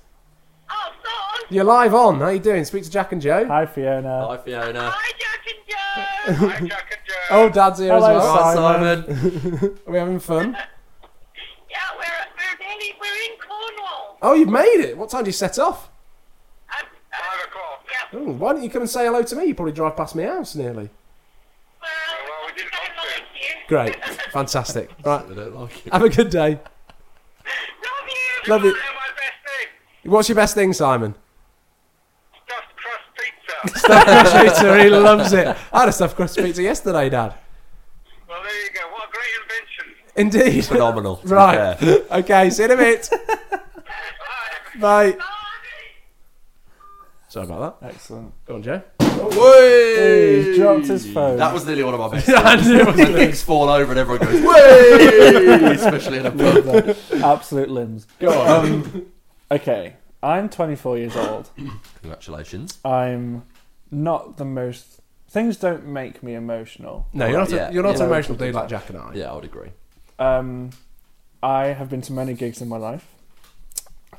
S5: Oh, son.
S3: You're live on. How you doing? Speak to Jack and Joe.
S2: Hi Fiona.
S3: Oh,
S4: Hi, Fiona.
S5: Hi, Jack and Joe. Hi, Jack and Joe.
S3: Oh, Dad's here
S2: Hello,
S3: as well.
S4: Hi,
S2: Simon.
S4: Simon.
S3: Are we having fun?
S5: Yeah, we're we're nearly we're in Cornwall.
S3: Oh, you've made it. What time do you set off?
S5: Um, Five o'clock. Yeah.
S3: Oh, why don't you come and say hello to me? You probably drive past my house nearly.
S5: Well, Oh, well we didn't want to. You.
S3: Great. Fantastic. Right.
S4: I don't like it.
S3: Have a good day.
S5: Love you.
S3: Love you.
S5: You're my best thing.
S3: What's your best thing, Simon?
S5: Stuffed crust pizza.
S3: Stuffed crust pizza. He loves it. I had a stuffed crust pizza yesterday, Dad.
S5: well, there you go. What a great invention.
S3: Indeed.
S4: Phenomenal. to be
S3: Right.
S4: fair.
S3: Okay, see you in a bit.
S5: Bye.
S3: Bye.
S5: Bye.
S3: Sorry about that.
S2: Excellent.
S3: Go on, Joe.
S4: Whey!
S2: He's dropped his phone.
S4: That was nearly one of my best.
S3: I knew it was
S4: when things fall over and everyone goes, Way! Especially in a pub.
S2: Absolute limbs. Um,
S3: Go on.
S2: Okay. I'm 24 years old.
S4: Congratulations.
S2: I'm not the most. Things don't make me emotional.
S3: no, you're not,
S4: Yeah,
S3: a, you're not
S4: yeah.
S3: an emotional dude like Jack and I.
S4: Yeah, I would agree.
S2: Um, I have been to many gigs in my life.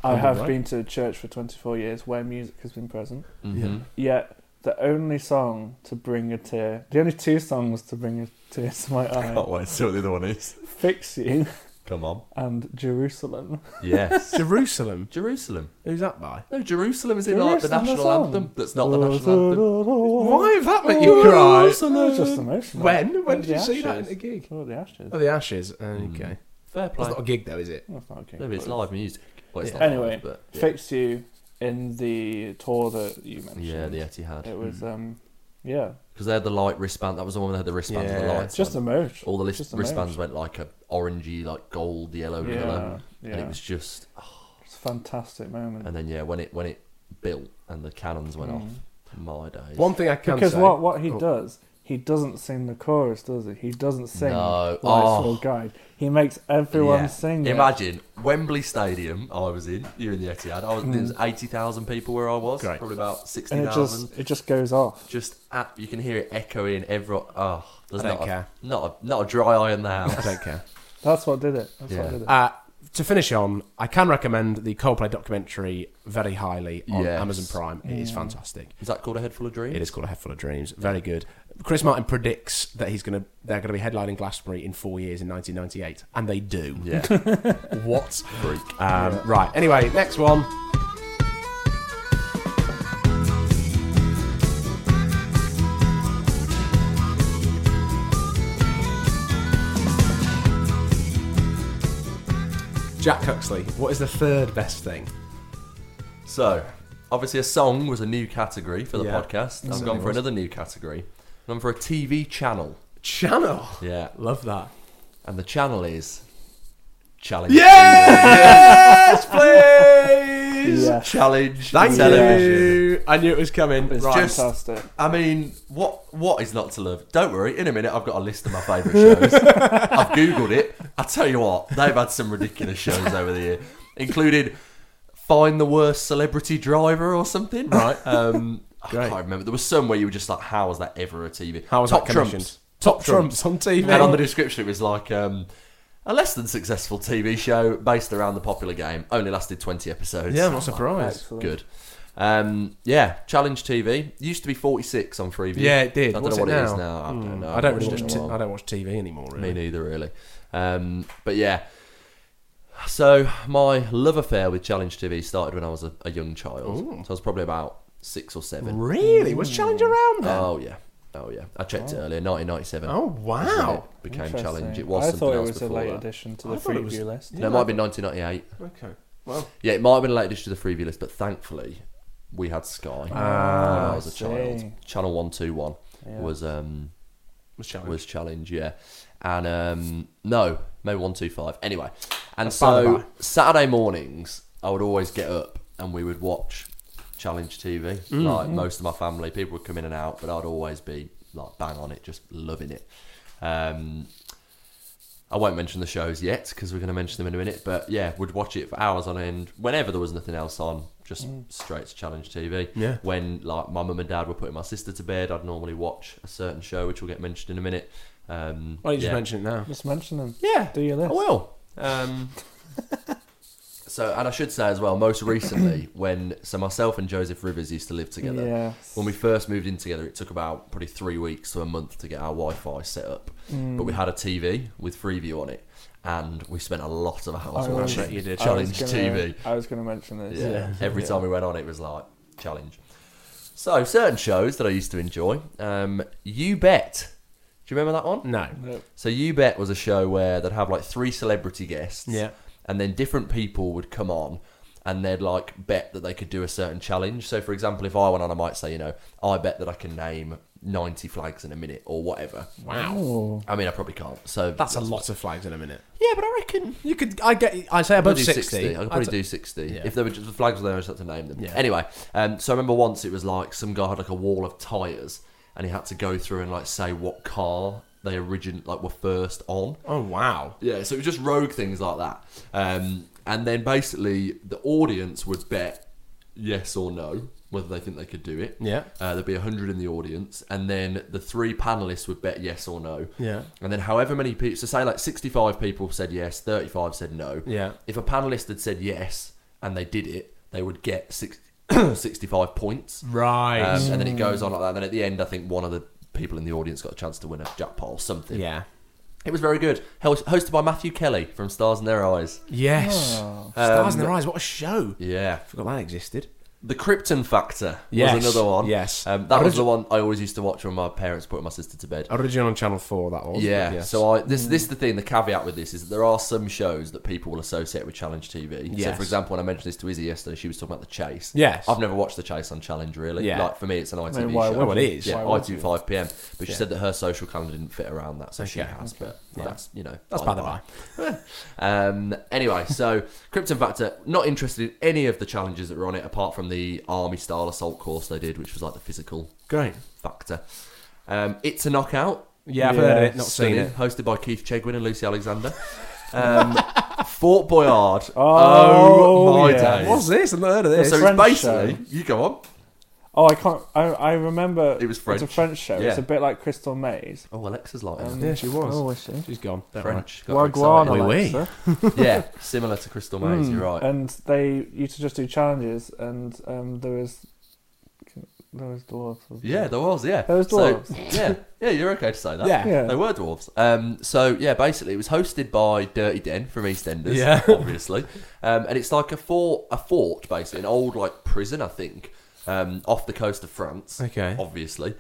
S2: I have been to a church for 24 years where music has been present.
S4: Mhm.
S2: Yet, the only song to bring a tear, the only two songs to bring a tear to my eye,
S4: Can't wait to see what the other one is.
S2: Fix You
S4: Come on.
S2: and Jerusalem.
S4: Yes.
S3: Jerusalem.
S4: Jerusalem.
S3: Who's that by?
S4: No, Jerusalem is in like the
S2: Jerusalem,
S4: national
S2: that's on.
S4: anthem. That's not the national anthem. Oh.
S3: Why have that made you cry?
S2: It's just emotional.
S3: When? When
S2: Oh,
S3: did
S2: the
S3: you see that in
S2: Ashes.
S3: a gig?
S2: Oh, the Ashes.
S3: Oh, the Ashes.
S4: Hmm.
S3: Okay.
S4: Fair
S3: That's
S4: play.
S3: not a gig, though, is it?
S2: That's not okay.
S4: Maybe it's
S2: But-
S4: live music. Well, it's
S3: Yeah.
S4: not
S2: Anyway,
S4: live, but yeah.
S2: Fix You in the tour that you mentioned.
S4: Yeah, the Etihad. Mm-hmm.
S2: It was, um, yeah,
S4: Because they had the light wristband. That was the one that had the wristband and the
S3: Yeah.
S4: lights.
S2: just
S4: on.
S2: emotion.
S4: All the list-
S2: just
S4: wristbands
S2: emotion.
S4: went like a orangey, like gold, yellow,
S2: Yeah,
S4: yellow.
S2: yeah.
S4: And it was just
S2: It's a fantastic moment.
S4: And then yeah, when it when it built and the cannons went
S2: Mm.
S4: off, my days.
S3: One thing I can
S2: because
S3: say.
S2: what what he
S3: Oh.
S2: does, he doesn't sing the chorus, does he? He doesn't sing
S4: No.
S2: Lights Will
S4: Oh.
S2: Guide. He makes everyone
S4: Yeah.
S2: sing. it.
S4: Imagine Wembley Stadium. I was in. You're in the Etihad. I was. There
S3: Mm.
S4: was eighty thousand people where I was.
S3: Great.
S4: Probably about
S2: and
S4: sixty
S2: it
S4: thousand.
S2: just it just goes off.
S4: Just at, you can hear it echoing. Every oh, there's
S3: I don't
S4: not
S3: care.
S4: a not a not a dry eye in the
S3: I
S4: house.
S3: don't care.
S2: That's what did it. That's
S4: Yeah.
S2: what did it.
S3: Uh, to finish on, I can recommend the Coldplay documentary very highly on
S4: Yes. Mm.
S3: Amazon Prime. It is fantastic.
S4: Is that called a head full of dreams?
S3: It is called A Head Full of Dreams. Very good. Chris Martin predicts that he's gonna they're gonna be headlining Glastonbury in four years in 1998, and they do.
S4: Yeah.
S3: What? Um, Right. Anyway, next one. Jack Huxley. What is the third best thing?
S4: so obviously a song was a new category for the
S3: Yeah.
S4: podcast. I've
S3: Certainly
S4: gone for
S3: was.
S4: another new category. i for a TV channel.
S3: Channel.
S4: Yeah.
S3: Love that.
S4: And the channel is challenge.
S3: Yes, please.
S2: Yeah.
S4: Challenge
S3: Thank
S4: television.
S3: you. I knew it was coming.
S2: It's
S3: Right.
S4: just-
S2: fantastic.
S4: I mean, what what is not to love? Don't worry, in a minute I've got a list of my favourite shows. I've googled it. I tell you what, they've had some ridiculous shows over the year, including Find the Worst Celebrity Driver or something, right? Um, I
S3: Great.
S4: can't remember. There was some where you were just like, how was that ever a TV?
S3: How was
S4: Top
S3: that
S4: Trumps.
S3: commissioned? Top Trumps on TV.
S4: And on the description, it was like um, a less than successful TV show based around the popular game. Only lasted 20 episodes.
S3: yeah, I'm not surprised.
S2: Excellent.
S4: Good. Um, yeah, Challenge TV. Used to be 46 on Freeview.
S3: Yeah, it did.
S4: I don't
S3: What's
S4: know what
S3: it
S4: it is
S3: now? Hmm.
S4: now. I don't know.
S3: I don't
S4: I've
S3: really watch.
S4: watched it
S3: T-
S4: in a while.
S3: I don't watch TV anymore.
S4: Me
S3: Really.
S4: neither, really. Um, but yeah. So my love affair with Challenge TV started when I was a, a young child. So I was probably about six or seven.
S3: Really? Was Challenge around then?
S4: Oh yeah, oh yeah. I checked it earlier. 1997.
S3: Oh,
S4: is when
S3: wow.
S4: it became
S2: Interesting.
S4: Challenge. It was
S2: I
S4: something
S2: thought it
S4: else
S2: was a
S4: before
S2: late
S4: that.
S2: addition to
S3: I
S2: the
S3: thought it was-
S2: preview list.
S4: No, it might have been 1998.
S3: Okay. Well,
S4: Yeah, it might have been a late addition to the freeview list, but thankfully we had Sky when I was a
S2: Ah, I
S4: child.
S2: see.
S4: Channel one two one
S2: Yeah.
S4: was um
S3: was Challenge.
S4: was challenge, yeah. And um no, maybe one two five. Anyway. And
S3: That's by the by.
S4: so Saturday mornings I would always get up and we would watch Challenge TV. Like
S2: Mm-hmm.
S4: most of my family. People would come in and out, but I'd always be like bang on it, just loving it. Um I won't mention the shows yet because we're going to mention them in a minute. But yeah, would watch it for hours on end whenever there was nothing else on, just straight to Challenge TV.
S3: Mm. Yeah.
S4: When like my mum and dad were putting my sister to bed, I'd normally watch a certain show, which will get mentioned in a minute. Um,
S3: Why don't you
S4: yeah.
S3: just mention it now?
S2: Just mention them.
S4: Yeah,
S2: Do your
S4: I
S2: list.
S4: will. Um, so, and I should say as well, most recently when so myself and Joseph Rivers used to live together.
S2: Yes.
S4: When we first moved in together, it took about probably three weeks to a month to get our Wi-Fi set up. But we had a TV with Freeview on it, and we spent a lot of hours
S2: Oh,
S4: watching
S2: I
S3: bet you did.
S4: Challenge
S2: I was gonna-
S4: TV.
S2: I was going to mention this.
S4: Yeah. Every time we went on, it was like Challenge. So certain shows that I used to enjoy, um, You Bet. Do you remember that one?
S3: No.
S2: Nope.
S4: So You Bet was a show where they'd have like three celebrity guests.
S3: Yeah.
S4: And then different people would come on and they'd like bet that they could do a certain challenge. So for example, if I went on, I might say, you know, I bet that I can name 90 flags in a minute or whatever.
S3: Wow.
S4: I mean, I probably can't. So
S3: That's a lot of flags in a minute.
S4: Yeah, but I reckon
S3: You could. I get. I say
S4: could
S3: above
S4: do
S3: sixty.
S4: 60. I could
S3: I'd-
S4: probably do 60. If there were just the flags were there, I just had to name them.
S3: Yeah.
S4: Anyway, um, so I remember once it was like some guy had like a wall of tyres and he had to go through and like say what car they origin like were first on.
S3: Oh wow.
S4: Yeah, so it was just rogue things like that. Um, and then basically the audience would bet yes or no whether they think they could do it.
S3: Yeah.
S4: Uh, there'd be 100 in the audience and then the three panelists would bet yes or no.
S3: Yeah.
S4: And then however many people so say like 65 people said yes, 35 said no.
S3: Yeah.
S4: If a panelist had said yes and they did it, they would get six, 65 points.
S3: Right.
S4: Um, and then it goes on like that. And then at the end, I think one of the people in the audience got a chance to win a jackpot or something.
S3: yeah.
S4: It was very good. Host- hosted by Matthew Kelly from Stars in Their Eyes.
S3: Yes. Stars in their eyes. What a show.
S4: Oh. Um, Yeah.
S3: Forgot that existed.
S4: The Krypton Factor
S3: Yes,
S4: was another one.
S3: yes.
S4: Um, that was
S3: Origi-
S4: the one I always used to watch when my parents put my sister to bed.
S3: Origin on Channel Four. That was.
S4: Yeah.
S3: Yes.
S4: So I this
S3: Mm.
S4: this is the thing. The caveat with this is that there are some shows that people will associate with Challenge TV. So
S3: Yes.
S4: for example, when I mentioned this to Izzy yesterday, she was talking about the Chase.
S3: Yes.
S4: I've never watched the Chase on Challenge really.
S3: Yeah.
S4: Like for me, it's an ITV
S2: why
S4: show.
S2: would
S3: Oh, it you? is.
S4: Yeah,
S2: Why
S4: I do five pm. But she said that her social calendar didn't fit around that, so she
S3: Okay,
S4: has. But that's you know
S3: That's by the by.
S4: um, anyway, so Krypton Factor, not interested in any of the challenges that were on it apart from the army style assault course they did, which was like the physical
S3: Great.
S4: factor. Um, it's a knockout.
S3: Yeah, I've heard of it. Not
S4: Stunning,
S3: seen it.
S4: Hosted by Keith Chegwin and Lucy Alexander. Um, Fort Boyard.
S2: Oh,
S4: my
S2: yeah.
S4: days.
S3: What's this? I've not heard of this.
S4: So
S2: French
S4: it's basically,
S2: show.
S4: you go on.
S2: Oh, I can't. I, I remember.
S4: It was
S2: It's
S4: French.
S2: a French show. It's
S4: Yeah.
S2: a bit like Crystal Maze.
S4: Oh, Alexa's like
S2: Um,
S3: yeah, she was.
S2: Oh, was she?
S3: She's gone. Don't worry.
S4: French. got
S2: Wagwan,
S4: excited.
S3: Oui, oui.
S2: Alexa.
S4: yeah, similar to Crystal Maze, you're right.
S2: And they used to just do challenges, and um, there was there was dwarves. wasn't
S4: Yeah, there was. Yeah,
S2: There was
S4: So-
S2: dwarves.
S4: yeah, yeah, you're okay to say that.
S3: Yeah.
S2: Yeah.
S4: they were dwarves. Um, so yeah, basically, it was hosted by Dirty Den from EastEnders.
S3: Yeah.
S4: obviously. Um, and it's like a fort, a fort basically, an old like prison, I think, um, off the coast of France.
S3: Okay.
S4: obviously.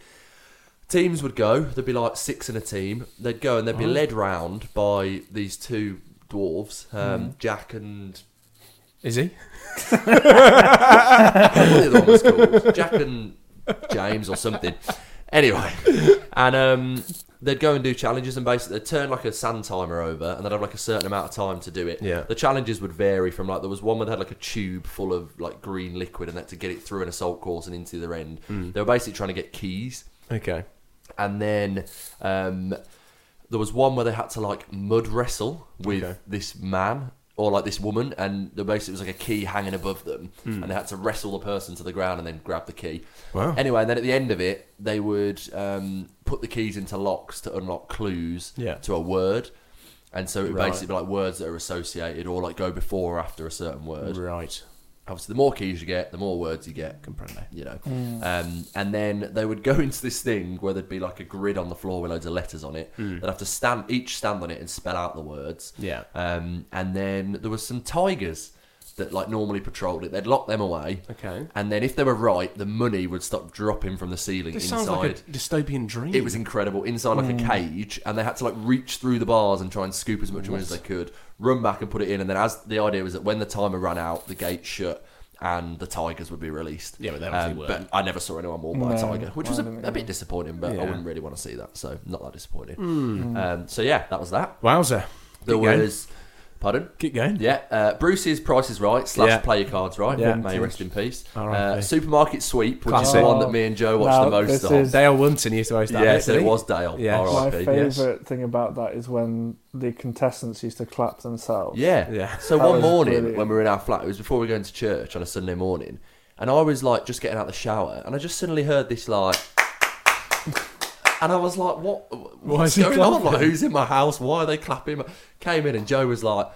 S4: Teams would go. There'd be like six in a team. They'd go and they'd
S3: Mm.
S4: be led round by these two dwarves, um,
S3: Mm.
S4: Jack and
S3: Is he?
S4: what the other one was called Jack and James or something. Anyway, and um, they'd go and do challenges, and basically they'd turn like a sand timer over, and they'd have like a certain amount of time to do it.
S3: Yeah.
S4: The challenges would vary from like there was one where they had like a tube full of like green liquid, and they had to get it through an assault course and into their end. They were basically trying to get keys
S3: Okay.
S4: and then um, there was one where they had to like mud wrestle with
S3: Okay.
S4: this man or like this woman, and the basically it was like a key hanging above them, and they had to wrestle the person to the ground and then grab the key.
S3: Hmm. Wow.
S4: Anyway, and then at the end of it, they would um, put the keys into locks to unlock clues
S3: Yeah.
S4: to a word, and so it would
S3: Right.
S4: basically be like words that are associated or like go before or after a certain word.
S3: Right.
S4: Obviously, the more keys you get, the more words you get
S3: Comprende.
S4: you know. Um, and then they would go into this thing where there'd be like a grid on the floor with loads of letters on it. They'd have to stand each stand on it and spell out the words.
S3: Mm. Yeah.
S4: Um, and then there was some tigers that like normally patrolled it. They'd lock them away.
S3: Okay.
S4: And then if they were right, the money would stop dropping from the ceiling
S3: This
S4: inside.
S3: sounds like a dystopian dream.
S4: It was incredible inside like
S2: Hmm.
S4: a cage, and they had to like reach through the bars and try and scoop as much money as they could, run back and put it in, and then as the idea was that when the timer ran out, the gate shut. And the tigers would be released. Um,
S3: Yeah, but they obviously
S4: But
S3: weren't.
S4: I never saw anyone mauled by a
S2: No,
S4: tiger, which was a,
S2: I didn't
S4: a bit
S2: either.
S4: disappointing. But
S3: Yeah.
S4: I wouldn't really want to see that, so not that disappointing. Um, so yeah, that was that.
S3: Wowzer. Keep
S4: There
S3: Hmm. going.
S4: was, pardon,
S3: Keep going.
S4: yeah, uh, Bruce's Price is Right slash
S3: Yeah.
S4: Play Your Cards Right.
S3: Yeah.
S4: May you rest in peace.
S3: R.I.P.
S4: Uh, Supermarket Sweep, which is
S3: Classic.
S4: the one that me and Joe watched
S2: Now,
S4: the most
S2: this
S4: of.
S2: is-
S3: Dale Wunton used to host that.
S4: yeah,
S3: bit,
S4: so
S3: didn't
S4: it
S3: he?
S4: was Dale.
S3: Yes.
S2: My
S4: R.I.P.
S2: favourite thing about that is when the contestants used to clap themselves.
S4: Yeah.
S3: Yeah.
S4: So
S2: That
S4: one
S2: was
S4: morning
S2: brilliant.
S4: when we were in our flat, it was before we were going to church on a Sunday morning, and I was like just getting out the shower, and I just suddenly heard this like. And I was like, "What? What's
S3: is he
S4: going on?
S3: clapping?
S4: Like, who's in my house? Why are they clapping?" Came in, and Joe was like,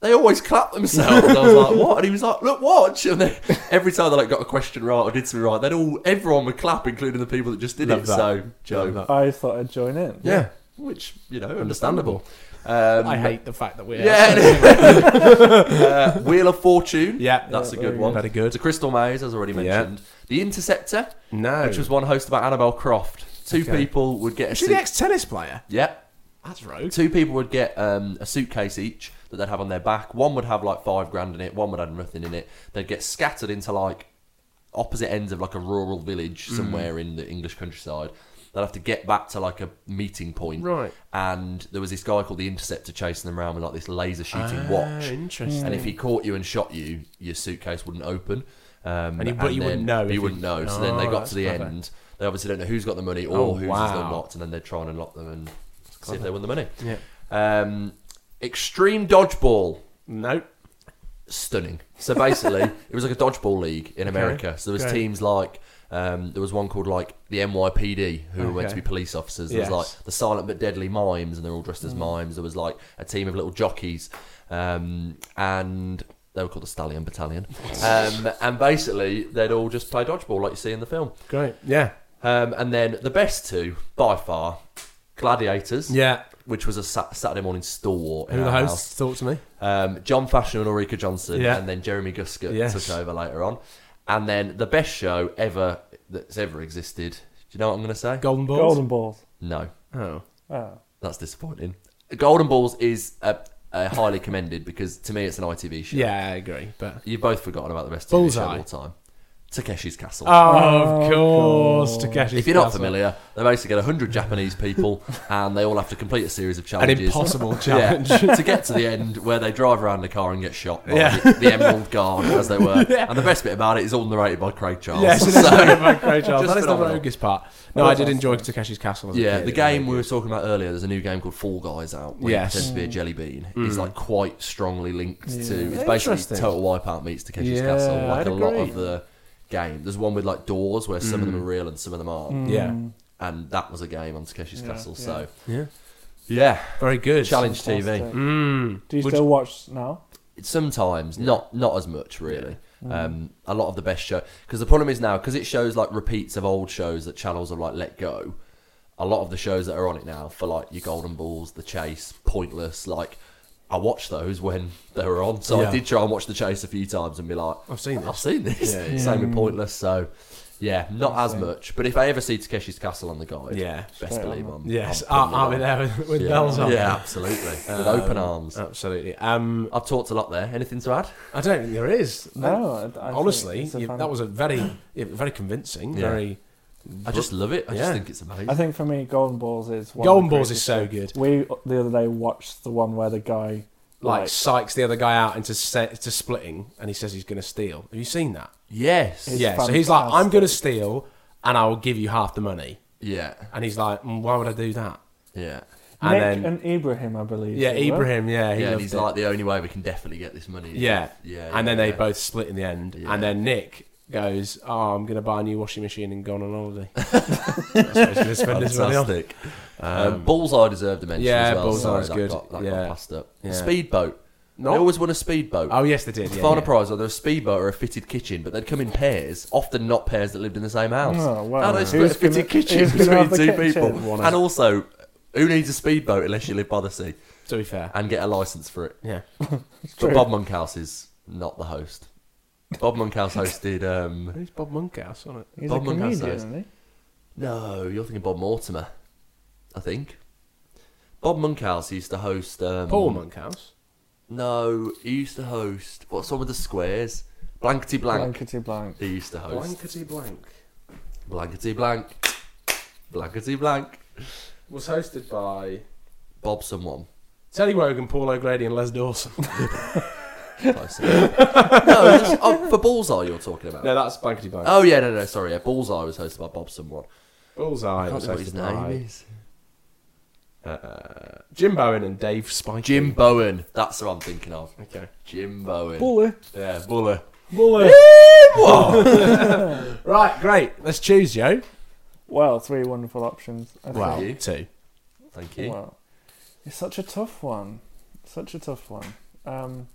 S4: "They always clap themselves." I was like, "What?" And he was like, "Look, watch!" And then every time they like got a question right or did something right, then all everyone would clap, including the people that just did
S3: Love
S4: it.
S3: that.
S4: So Joe,
S3: Love that.
S2: I thought I'd join in.
S4: yeah, which you know, understandable. Um,
S3: I hate the fact that we're.
S4: yeah. Uh, Wheel of Fortune.
S3: Yeah.
S4: that's
S2: Yeah,
S4: a good
S2: very
S4: one.
S3: good. Very good.
S4: The Crystal Maze, as already
S3: Yeah.
S4: mentioned. The Interceptor,
S3: No.
S4: which was one hosted by Annabelle Croft. Two
S3: Okay.
S4: people would get a
S3: Is he the
S4: suit.
S3: ex tennis player?
S4: Yeah.
S3: That's rogue.
S4: Two people would get um, a suitcase each that they'd have on their back. One would have like five grand in it. One would have nothing in it. They'd get scattered into like opposite ends of like a rural village
S3: Mm.
S4: somewhere in the English countryside. They'd have to get back to like a meeting point.
S3: Right.
S4: And there was this guy called the Interceptor chasing them around with like this laser shooting watch.
S3: Ah, Interesting.
S4: And if he caught you and shot you, your suitcase wouldn't open. Um,
S3: And you- but you wouldn't
S4: then-
S3: know if
S4: You
S3: you-
S4: wouldn't know. So then they
S3: Oh,
S4: got
S3: that's
S4: to the
S3: clever.
S4: end. They obviously don't know who's got the money or
S3: Oh,
S4: who's
S3: wow.
S4: unlocked, and then they try and unlock them and see if they win the money.
S3: Yeah.
S4: Um, extreme dodgeball,
S3: Nope.
S4: stunning. So basically, it was like a dodgeball league in America. So there was
S3: Great.
S4: teams like. Um, there was one called like the NYPD, who were meant
S3: Okay.
S4: to be police officers. There
S3: Yes. Mm.
S4: was like the Silent but Deadly Mimes, and they're all dressed as mimes. There was like a team of little jockeys, um, and they were called the Stallion Battalion. Um, and basically, they'd all just play dodgeball like you see in the film.
S3: Great. Yeah.
S4: Um, and then the best two by far, Gladiators,
S3: Yeah.
S4: which was a sa- Saturday morning stalwart. in
S3: Who the
S4: our
S3: host
S4: house.
S3: talked to me?
S4: Um, John Fashion and Ulrika Johnson,
S3: Yeah.
S4: and then Jeremy Guskett
S3: Yes.
S4: took over later on. And then the best show ever that's ever existed. Do you know what I'm going to say?
S3: Golden Balls.
S2: Golden balls.
S4: no,
S3: Oh.
S2: Oh.
S4: that's disappointing. Golden Balls is uh uh highly commended because to me it's an ITV show.
S3: Yeah, I agree. But
S4: You've both forgotten about the rest of
S3: Bullseye.
S4: the show all the time. Takeshi's Castle.
S3: oh, of
S2: of
S3: course,
S2: course.
S3: Takeshi.
S4: if you're not familiar, they basically get 100 Japanese people and they all have to complete a series of
S3: an
S4: challenges.
S3: impossible
S4: Yeah,
S3: challenge.
S4: to get to the end where they drive around in a car and get shot by
S3: Yeah.
S4: the, the Emerald Guard, as they were. And the best bit about it is all narrated by Craig Charles.
S3: Yes, it is
S4: So,
S3: very, very great job.
S4: Just
S3: That is the
S4: phenomenal.
S3: roguest part. No, I did enjoy Takeshi's Castle. As a
S4: yeah,
S3: kid.
S4: the game we were talking about earlier, there's a new game called Fall Guys out where
S3: Yes. Mm.
S4: yes. you pretend to be a jelly bean. It's like quite strongly linked to. It's
S3: Interesting.
S4: basically Total Wipeout meets Takeshi's
S3: Yeah,
S4: Castle. Like
S3: I'd
S4: a lot
S3: agree. Mm.
S4: of the game. There's one with like doors where some of them are real and some of them aren't.
S3: Yeah.
S4: And that was a game on Takeshi's
S2: Yeah,
S4: Castle.
S2: yeah.
S4: So,
S3: Mm. Yeah.
S4: yeah,
S3: Very good.
S4: Challenge TV.
S2: Fantastic.
S3: Mm.
S2: Do you
S3: Would
S2: still watch now?
S4: sometimes not not as much really
S3: Mm.
S4: um, a lot of the best show because the problem is now because it shows like repeats of old shows that channels have like let go a lot of the shows that are on it now for like your golden balls the chase pointless like i watched those when they were on so
S3: Yeah.
S4: i did try and watch the chase a few times and be like
S3: I've seen
S4: i've
S3: this.
S4: seen this
S3: Yeah, Mm. yeah.
S4: same with pointless so yeah not as much but if i ever see takeshi's castle on the guide
S3: Yeah.
S4: best
S2: Straight
S4: believe
S2: on.
S4: i'm
S3: Yes,
S4: I'm
S3: I'll,
S4: putting
S3: I'll be
S4: it on.
S3: there with, with
S4: yeah.
S3: bells on. Um, uh,
S4: yeah absolutely with open arms
S3: Absolutely. Um,
S4: i've talked a lot there anything to add
S3: I don't think there is.
S2: No. I- I, think
S3: honestly,
S2: it's a
S3: you-
S2: fan-
S3: that was a very, yeah, very convincing.
S4: Yeah.
S3: Very
S4: I just love it. I
S3: Yeah.
S4: just think it's amazing.
S2: I think for me, Golden Balls is. One of
S3: Golden
S2: the
S3: Balls is
S2: greatest
S3: so
S2: shows.
S3: good.
S2: We the other day watched the one where the guy
S3: Like Sykes the other guy out into set, to splitting, and he says he's going to steal. Have you seen that?
S4: yes.
S2: It's
S3: yeah. So he's like, I'm
S2: fantastic.
S3: going to steal, and I will give you half the money.
S4: Yeah.
S3: And he's like, mm, Why would I do that?
S4: Yeah.
S3: And
S2: Nick
S3: then
S2: and Ibrahim, I believe.
S3: yeah,
S2: they were.
S3: Ibrahim, yeah, he
S4: yeah, and
S3: loved
S4: he's
S3: it.
S4: like the only way we can definitely get this money. is
S3: yeah,
S4: if- yeah.
S3: And then
S4: yeah,
S3: they
S4: yeah.
S3: both split in the end,
S4: Yeah.
S3: and then Nick goes, "Oh, I'm going to buy a new washing machine and go on an holiday." That's what he's going to spend his money on.
S4: Fantastic. Um, Bullseye deserved a mention
S3: yeah,
S4: as well.
S3: Bullseye's
S4: Sorry,
S3: good.
S4: That got, that
S3: Yeah.
S4: got passed up.
S3: Yeah.
S4: Speedboat.
S3: No.
S4: They always won a speedboat.
S3: Oh yes, they did.
S4: The
S3: Yeah,
S4: final
S3: yeah.
S4: prize, either a speedboat or a fitted kitchen, but they'd come in pairs, often not pairs that lived in the same house.
S2: Oh, wow.
S4: How do they split
S2: Who's
S4: a fitted
S2: gonna-
S4: kitchen
S2: who's gonna
S4: between
S2: have the
S4: two
S2: kitchen?
S4: people?
S2: One
S4: And also, who needs a speedboat unless you live by the sea
S3: To be fair,
S4: and get a license for it?
S3: yeah,
S4: But Bob Monkhouse is not the host. Bob Monkhouse hosted. Um,
S3: who's Bob Monkhouse on it?
S2: He's
S4: Bob
S2: a
S4: Monkhouse
S2: comedian,
S4: knows.
S2: isn't he?
S4: no, you're thinking Bob Mortimer, I think. Bob Monkhouse used to host. Um,
S3: Paul Monkhouse.
S4: No, he used to host. What's on with the squares? Blankety blank.
S2: Blankety blank.
S4: He used to host.
S3: Blankety blank
S4: Blankety blank. Blankety blank.
S3: was hosted by
S4: Bob someone.
S3: Teddy Wogan, Paul O'Grady, and Les Dawson.
S4: Close enough. no, that's- oh, for Bullseye you're talking about.
S3: no, that's Blankety Blank.
S4: Oh yeah, no, no, sorry. Yeah, Bullseye was hosted by Bob someone. I
S3: Bullseye
S4: can't
S3: was
S4: think what his
S3: hosted by
S4: name is.
S3: Jim Bowen and Dave Spikey.
S4: Jim Bowen. That's what I'm thinking of.
S3: Okay.
S4: Jim Bowen.
S2: Bully.
S4: Yeah, Buller.
S3: Bullet. right, great. Let's choose, Joe.
S2: Well, three wonderful options. I
S4: Wow.
S2: think.
S4: you.
S3: two.
S4: Thank you.
S2: Wow. It's such a tough one. Such a tough one. Um,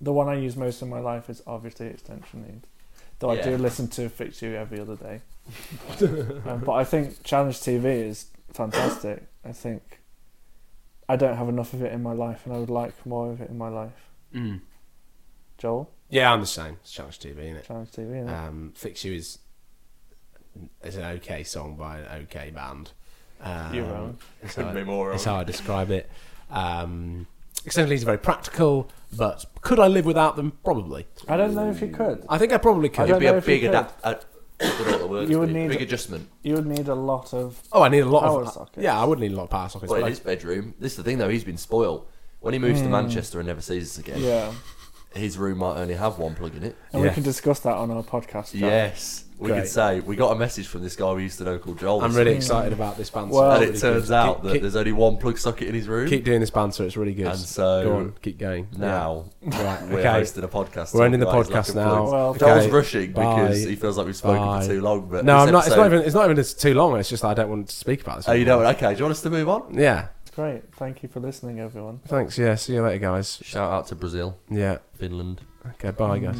S2: the one I use most in my life is obviously Extension Need. Though I
S4: Yeah.
S2: do listen to Fix You every other day. um, but I think Challenge TV is fantastic. I think I don't have enough of it in my life and I would like more of it in my life.
S4: Mm.
S2: Joel,
S3: Yeah, I'm the same. It's Challenge TV, isn't it?
S2: Challenge TV, innit?
S3: Um, Fix You is is an okay song by an okay band. Um,
S2: You're wrong.
S3: That's
S4: Couldn't
S3: how,
S4: be more
S3: that's
S4: wrong.
S3: how I describe it. Um, Extended is very practical, but could I live without them? Probably.
S2: I don't know if you could.
S3: I think I probably
S2: I
S3: could.
S4: It'd
S2: don't
S4: be
S2: know
S4: a
S2: if you
S4: big
S2: could.
S4: adapt. Uh, I don't know what the word
S2: You
S4: would
S2: would
S4: be.
S2: need
S4: big
S2: a-
S4: adjustment.
S2: You would need a lot of
S3: Oh, I need a lot
S2: Power
S3: of.
S2: sockets.
S3: Yeah, I would need a lot of power sockets.
S4: But in
S3: Like- Hmm.
S4: his bedroom, this is the thing though. He's been spoiled. When he moves to Manchester and never sees us again,
S2: yeah.
S4: his room might only have one plug in it.
S2: And
S3: Yeah.
S2: we can discuss that on our podcast. Joel.
S4: Yes, we
S3: Great.
S4: could say we got a message from this guy we used to know called Joel.
S3: I'm really excited about this banter.
S2: Well-
S3: It's
S4: and
S3: really
S4: it turns
S3: good.
S4: out
S3: Keep-
S4: that
S3: keep-
S4: there's only one plug socket in his room.
S3: Keep doing this banter. It's really good.
S4: And so-
S3: go on, keep going.
S4: now
S3: Yeah. right.
S4: we're
S3: okay.
S4: hosting a podcast.
S3: We're ending the
S4: talking about his
S3: podcast
S4: lack of
S3: now.
S4: plugs.
S2: Well,
S4: Joel's
S3: Okay.
S4: rushing because
S3: Bye.
S4: he feels like we've spoken
S3: Bye.
S4: for too long. But
S3: No,
S4: this
S3: I'm not. It's not
S4: episode-
S3: even. It's not even. It's too long. It's just I don't want to speak about this.
S4: Oh, you know. what? Okay, do you want us to move on?
S3: Yeah.
S2: Great. Thank you for listening, everyone.
S3: Thanks. Yeah. See you later, guys.
S4: Shout out to Brazil,
S3: Yeah.
S4: Finland.
S3: Okay. Bye, guys.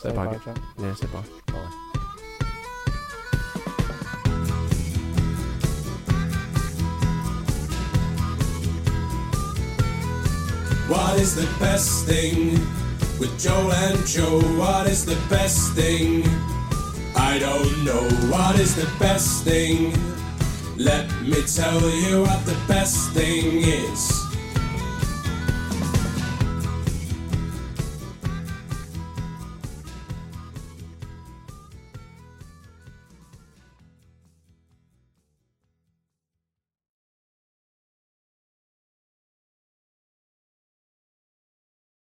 S3: Say
S2: Say
S3: bye.
S2: bye,
S3: guys.
S2: Jack.
S3: Yeah. Say bye.
S4: Bye.
S1: What is the best thing with Joel and Joe? What is the best thing? I don't know. What is the best thing? Let me tell you what the best thing is.